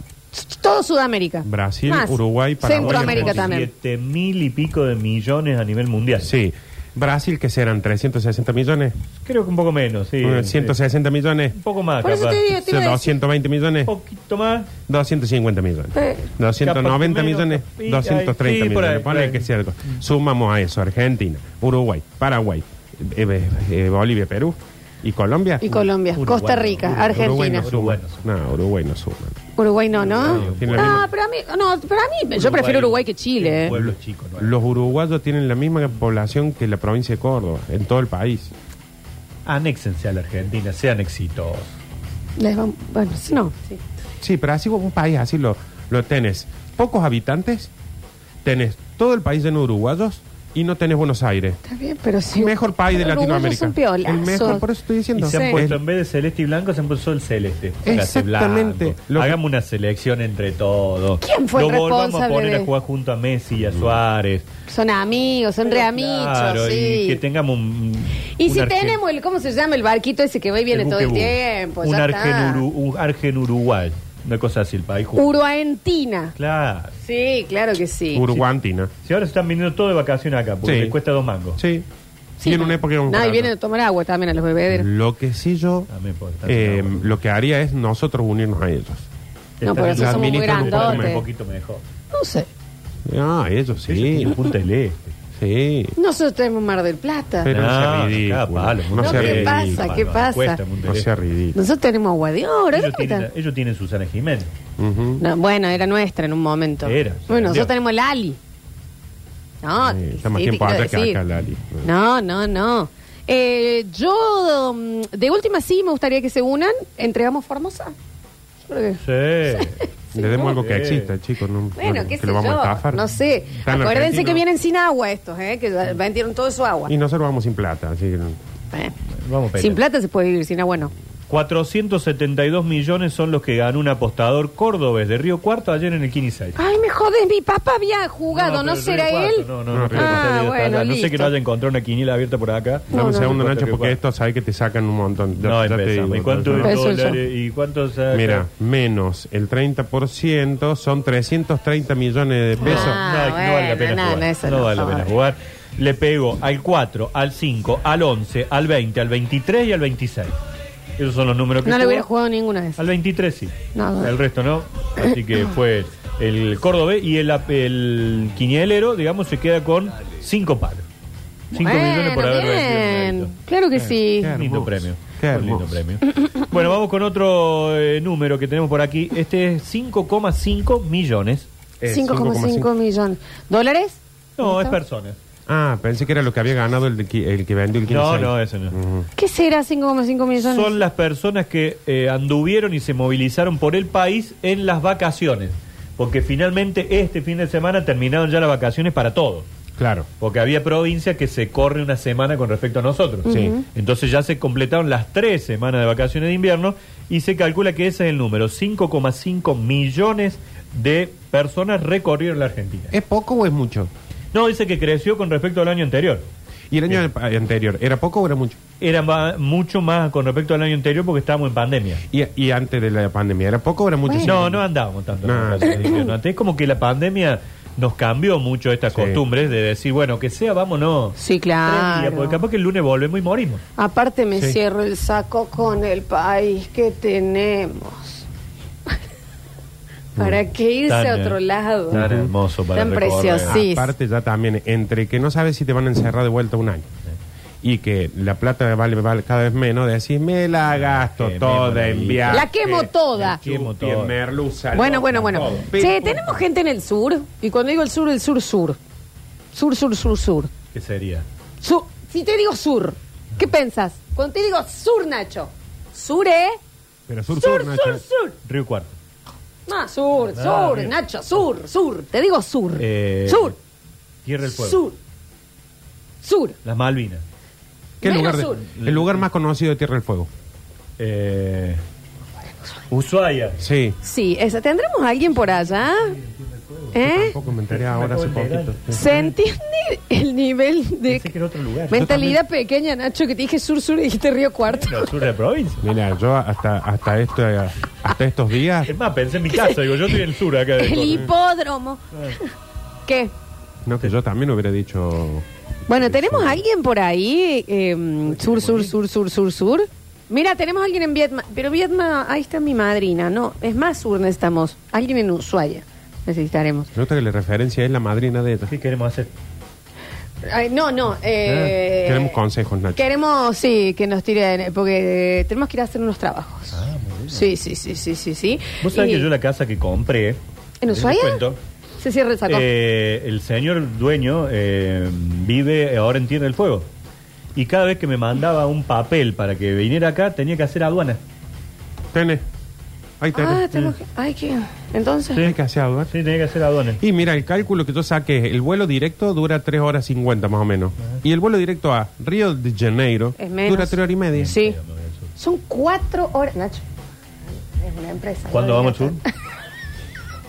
Speaker 2: Todo Sudamérica.
Speaker 3: Brasil, Uruguay, Paraguay,
Speaker 2: Centroamérica
Speaker 3: Argentina.
Speaker 2: también.
Speaker 4: Siete mil y pico de millones a nivel mundial.
Speaker 3: Sí. Brasil, que serán 360 millones.
Speaker 4: Creo que un poco menos, sí.
Speaker 3: eh, 160 millones.
Speaker 4: Un poco más,
Speaker 2: Por eso
Speaker 4: capaz.
Speaker 2: te digo, te iba a decir-
Speaker 3: 220 millones.
Speaker 4: Un poquito más.
Speaker 3: 250 millones.
Speaker 2: Eh.
Speaker 3: 290
Speaker 4: Capaz que
Speaker 3: millones,
Speaker 4: menos,
Speaker 3: 230
Speaker 4: sí, por ahí,
Speaker 3: millones.
Speaker 4: por ahí.
Speaker 3: Ponle que es cierto. Sumamos a eso Argentina, Uruguay, Paraguay, eh, eh, eh, Bolivia, Perú y Colombia.
Speaker 2: Y Colombia,
Speaker 4: Uruguay,
Speaker 2: Costa Rica,
Speaker 4: Uruguay,
Speaker 3: Uruguay
Speaker 2: Argentina.
Speaker 3: no
Speaker 2: Uruguay,
Speaker 4: Uruguay.
Speaker 3: suma.
Speaker 4: no
Speaker 3: No, Uruguay no suma.
Speaker 2: no, ¿no?
Speaker 3: No,
Speaker 2: No,
Speaker 3: tiene la misma-
Speaker 2: pero a mí, no, pero a mí, yo prefiero Uruguay que Chile.
Speaker 4: Un
Speaker 2: eh.
Speaker 4: pueblo chico, ¿no?
Speaker 3: Los uruguayos tienen la misma población que la provincia de Córdoba, en todo el país.
Speaker 4: Anéxense a la Argentina, sean exitosos.
Speaker 2: Les vamos- bueno, sí, no, sí.
Speaker 3: Sí, pero así vos un país así lo, lo tenés. Pocos habitantes, tenés todo el país en uruguayos y no tenés Buenos Aires.
Speaker 2: Está bien, pero sí.
Speaker 3: El mejor país de
Speaker 2: Pero uruguayos
Speaker 3: Latinoamérica.
Speaker 2: son piolas.
Speaker 3: el mejor, por eso estoy
Speaker 4: Y
Speaker 3: diciendo.
Speaker 4: se han
Speaker 2: Sí.
Speaker 4: puesto,
Speaker 3: El-
Speaker 4: en vez de celeste y blanco, se han puesto el celeste. Celeste
Speaker 3: Exactamente.
Speaker 4: blanco.
Speaker 3: Lo que-
Speaker 4: Hagamos una selección entre todos.
Speaker 2: ¿Quién fue
Speaker 4: Lo
Speaker 2: el
Speaker 4: volvamos a
Speaker 2: responsable
Speaker 4: poner
Speaker 2: de-
Speaker 4: a jugar junto a Messi
Speaker 3: Mm.
Speaker 4: y a Suárez.
Speaker 2: Son amigos, son re amigos,
Speaker 4: Claro,
Speaker 2: sí.
Speaker 4: y
Speaker 2: Y,
Speaker 4: que tengamos un...
Speaker 2: si
Speaker 4: un argen-
Speaker 2: tenemos el, ¿cómo se llama? El barquito ese que va y viene
Speaker 4: el
Speaker 2: todo el
Speaker 4: buquebú.
Speaker 2: tiempo.
Speaker 4: Un
Speaker 2: ya está.
Speaker 4: argen, Uru- un argen Uruguay. Una cosa así, el país junto.
Speaker 2: Uruguayentina.
Speaker 4: Claro.
Speaker 2: Sí, claro que sí.
Speaker 3: Uruguantina.
Speaker 4: Si ahora se están viniendo todo de vacaciones acá, porque
Speaker 3: Sí.
Speaker 4: les cuesta dos mangos.
Speaker 3: Sí.
Speaker 2: Sí,
Speaker 3: y en una época era un
Speaker 2: Nadie
Speaker 3: barato.
Speaker 2: viene a tomar agua también a los bebederos.
Speaker 3: Lo que sí yo,
Speaker 4: Ah, También puede estar
Speaker 3: eh,
Speaker 4: sin agua.
Speaker 3: lo que haría es nosotros unirnos a ellos.
Speaker 4: Te
Speaker 2: No,
Speaker 4: estás
Speaker 2: pero esos
Speaker 4: haciendo
Speaker 2: somos muy
Speaker 3: administran un poco
Speaker 4: un
Speaker 2: grandotes.
Speaker 4: poquito mejor.
Speaker 2: No sé.
Speaker 3: Ah, ellos sí.
Speaker 4: Ellos tienen Punta del Este.
Speaker 3: Sí.
Speaker 2: Nosotros tenemos Mar del Plata.
Speaker 3: Pero no sea ridículo,
Speaker 4: cada palo,
Speaker 3: no
Speaker 4: Punta del
Speaker 3: sea
Speaker 4: Este.
Speaker 3: ridículo.
Speaker 2: ¿Qué pasa? ¿Qué pasa?
Speaker 4: Cuesta Punta del
Speaker 3: No sea
Speaker 4: Este.
Speaker 3: ridículo.
Speaker 2: Nosotros tenemos agua de oro.
Speaker 4: Ellos
Speaker 2: ¿no?
Speaker 4: tienen, ellos tienen Susana Jiménez.
Speaker 3: Ujú.
Speaker 2: No, bueno, era nuestra en un momento.
Speaker 4: Era, se
Speaker 2: bueno,
Speaker 4: vendió.
Speaker 2: nosotros tenemos el Ali. No,
Speaker 3: Sí, está más
Speaker 2: sí,
Speaker 3: tiempo
Speaker 2: te quiero
Speaker 3: allá que
Speaker 2: decir.
Speaker 3: acá, el Ali.
Speaker 2: No, no, no. Eh, yo, mm, de última sí, me gustaría que se unan. Entregamos Formosa. Yo creo que-
Speaker 4: Sí.
Speaker 3: Le demos algo que
Speaker 4: Sí.
Speaker 3: exista, chicos. No,
Speaker 2: Bueno,
Speaker 3: no,
Speaker 2: qué
Speaker 3: que
Speaker 2: sé
Speaker 3: lo vamos
Speaker 2: yo.
Speaker 3: a estafar.
Speaker 2: No sé.
Speaker 3: Está en
Speaker 2: Acuérdense
Speaker 3: Argentina.
Speaker 2: que vienen sin agua estos, ¿eh? que ya vendieron todo su agua.
Speaker 3: Y nosotros vamos sin plata, así que... no.
Speaker 2: Eh.
Speaker 4: Vamos a pelear.
Speaker 2: Sin plata se puede vivir, sin agua no.
Speaker 4: 472 millones son los que ganó un apostador cordobés de Río Cuarto ayer en el 15
Speaker 2: Ay, me jodes, mi papá había jugado, ¿no, será él?
Speaker 4: No, no, no.
Speaker 3: Ah,
Speaker 4: creo que haya ido hasta
Speaker 2: bueno,
Speaker 4: allá. no sé que no
Speaker 2: listo.
Speaker 4: haya encontrado una quiniela abierta por acá.
Speaker 3: Dame un
Speaker 2: no.
Speaker 3: segundo, Nacho,
Speaker 4: Cuatro,
Speaker 3: porque
Speaker 4: cuatro.
Speaker 3: esto sabes que te sacan un montón. Ya-
Speaker 4: No,
Speaker 3: ya te
Speaker 4: empezamos.
Speaker 3: digo.
Speaker 4: ¿Y cuánto
Speaker 2: Eso,
Speaker 4: es
Speaker 2: eso.
Speaker 4: dólares? ¿Y cuánto saca?
Speaker 3: Mira, menos el 30% son 330 millones de pesos.
Speaker 2: Ah,
Speaker 4: no, no vale la
Speaker 2: bueno,
Speaker 4: pena
Speaker 2: no,
Speaker 4: jugar.
Speaker 2: no, eso
Speaker 4: No
Speaker 2: no
Speaker 4: vale la
Speaker 2: joda.
Speaker 4: pena jugar. Le pego al 4, al 5, al 11, al 20, al 23 y al 26. Esos son los números que
Speaker 2: No le
Speaker 4: jugó.
Speaker 2: hubiera jugado ninguna vez.
Speaker 4: Al 23 sí.
Speaker 2: No, no.
Speaker 4: El resto no.
Speaker 2: [laughs]
Speaker 4: Así que fue el Córdoba y el, ap- el quinielero, digamos, se queda con 5 palos. 5 millones por haber recibido. un
Speaker 2: Claro
Speaker 3: Eh,
Speaker 2: que sí.
Speaker 3: claro.
Speaker 4: crédito. Lindo
Speaker 3: Hermoso.
Speaker 4: premio.
Speaker 3: Qué
Speaker 4: Un lindo
Speaker 3: hermoso.
Speaker 4: premio. Bueno, vamos con otro eh, número que tenemos por aquí. Este es 5,5 millones.
Speaker 3: Eh,
Speaker 2: 5,5 millones. ¿Dólares?
Speaker 4: No, es
Speaker 2: ¿Listo?
Speaker 4: personas.
Speaker 3: Ah, pensé que era lo que había ganado el, de qui- el que vendió el 15.
Speaker 4: No, no, eso no.
Speaker 3: Mm.
Speaker 2: ¿Qué será 5,5 millones?
Speaker 4: Son las personas que eh, anduvieron y se movilizaron por el país en las vacaciones. Porque finalmente este fin de semana terminaron ya las vacaciones para todos.
Speaker 3: Claro.
Speaker 4: Porque había provincias que se corre una semana con respecto a nosotros.
Speaker 3: Sí. Ujú.
Speaker 4: Entonces ya se completaron las tres semanas de vacaciones de invierno y se calcula que ese es el número. 5,5 millones de personas recorrieron la Argentina.
Speaker 3: ¿Es poco o es mucho?
Speaker 4: No, dice que creció con respecto al año anterior.
Speaker 3: ¿Y el año a- anterior era poco o era mucho?
Speaker 4: Era ma- mucho más con respecto al año anterior porque estábamos en pandemia.
Speaker 3: Y, y antes de la pandemia, ¿era poco o era mucho?
Speaker 4: No, no andábamos tanto. en
Speaker 3: No.
Speaker 4: las vacaciones de invierno. Antes es como que la pandemia nos cambió mucho estas
Speaker 3: Sí.
Speaker 4: costumbres de decir, bueno, que sea, vámonos.
Speaker 2: Sí,
Speaker 4: Tres días, porque
Speaker 2: claro.
Speaker 4: capaz que el lunes volvemos y morimos.
Speaker 2: Aparte me
Speaker 3: Sí.
Speaker 2: cierro el saco con el país que tenemos. [laughs] ¿Para qué irse a
Speaker 4: Tan, eh,
Speaker 2: otro lado?
Speaker 4: tan hermoso para
Speaker 2: Tan
Speaker 4: recorrer.
Speaker 2: preciosís.
Speaker 3: Aparte ya también, entre que no sabes si te van a encerrar de vuelta un año y que la plata vale, vale cada vez menos, decís, me la gasto
Speaker 4: Quemé
Speaker 3: toda
Speaker 4: maravilla.
Speaker 3: en viaje.
Speaker 2: La quemo toda.
Speaker 4: Quemo
Speaker 3: Chupi,
Speaker 4: toda.
Speaker 3: en merluza,
Speaker 2: Bueno,
Speaker 3: loco,
Speaker 2: bueno, bueno.
Speaker 3: todo.
Speaker 2: Che, tenemos gente en el sur. Y cuando digo el sur, el sur, sur. Sur, sur, sur, sur.
Speaker 4: ¿Qué sería?
Speaker 2: Sur. Si te digo sur, ¿qué pensás? Cuando te digo sur, Nacho. Sur, ¿eh?
Speaker 3: Pero sur,
Speaker 2: Sur,
Speaker 3: sur,
Speaker 2: sur,
Speaker 3: Nacho.
Speaker 2: sur.
Speaker 4: Río Cuarto.
Speaker 2: No, sur,
Speaker 4: Ah,
Speaker 2: sur,
Speaker 4: bien.
Speaker 2: Nacho, sur, sur. Te digo sur.
Speaker 4: Eh,
Speaker 2: sur.
Speaker 4: Tierra del Fuego.
Speaker 2: Sur. Sur.
Speaker 4: Las Malvinas.
Speaker 3: ¿Qué
Speaker 2: Menos
Speaker 3: lugar de-
Speaker 2: sur.
Speaker 3: el lugar más conocido de Tierra del Fuego.
Speaker 4: Eh, Ushuaia.
Speaker 3: Sí.
Speaker 2: Sí, esa. ¿Tendremos a alguien por allá? ¿Eh?
Speaker 3: Tampoco me enteré ahora hace
Speaker 4: acabo de
Speaker 3: poquito.
Speaker 2: ¿Se entiende el nivel de
Speaker 4: Pensé que era otro lugar.
Speaker 2: mentalidad pequeña, Nacho, que te dije sur, sur y dijiste río cuarto?
Speaker 4: No, sur de la provincia.
Speaker 3: Mira, yo hasta hasta esto hasta estos días
Speaker 4: Es más, pensé en mi casa. Digo, yo estoy en el sur acá.
Speaker 2: [laughs]
Speaker 4: de
Speaker 2: El
Speaker 4: Córdoba.
Speaker 2: hipódromo. ¿Qué?
Speaker 3: no que yo también hubiera dicho
Speaker 2: Bueno, ¿tenemos alguien por ahí? eh, sur, sur, sur, sur, sur, sur. Mira, tenemos alguien en Vietnam. Pero Vietnam, ahí está mi madrina. No, es más sur necesitamos. Alguien en Ushuaia necesitaremos.
Speaker 3: me gusta que la referencia es la madrina de ella.
Speaker 4: ¿Qué queremos hacer?
Speaker 2: Ay, no, no. eh,
Speaker 3: Ah, queremos consejos, Nacho.
Speaker 2: Queremos, sí, que nos tiren. Porque eh, tenemos que ir a hacer unos trabajos. Sí, sí, sí, sí, sí, sí.
Speaker 4: Ah, Vos sabés
Speaker 2: Y-
Speaker 4: que yo la casa que compré.
Speaker 2: ¿En
Speaker 4: les
Speaker 2: Ushuaia?
Speaker 4: cuento,
Speaker 2: Se cierra el saco.
Speaker 4: eh, el señor dueño eh, vive ahora en Tierra del Fuego. Y cada vez que me mandaba un papel para que viniera acá, tenía que hacer aduana.
Speaker 3: Tenés. Ahí
Speaker 2: ah,
Speaker 3: tenés.
Speaker 2: tenemos que... Ay, ¿qué? Entonces...
Speaker 3: Tenés que hacer algo, ¿eh?
Speaker 4: Sí, tenía que hacer aduana.
Speaker 3: Y mira, el cálculo que yo saqué, el vuelo directo dura 3 horas 50 más o menos. Y el vuelo directo a Río de Janeiro
Speaker 2: Ah. Es menos.
Speaker 3: dura 3 horas y media.
Speaker 2: Sí. Son cuatro horas. Nacho, es una empresa.
Speaker 4: ¿Cuándo
Speaker 2: No
Speaker 4: vamos
Speaker 2: digas
Speaker 4: al sur? [laughs]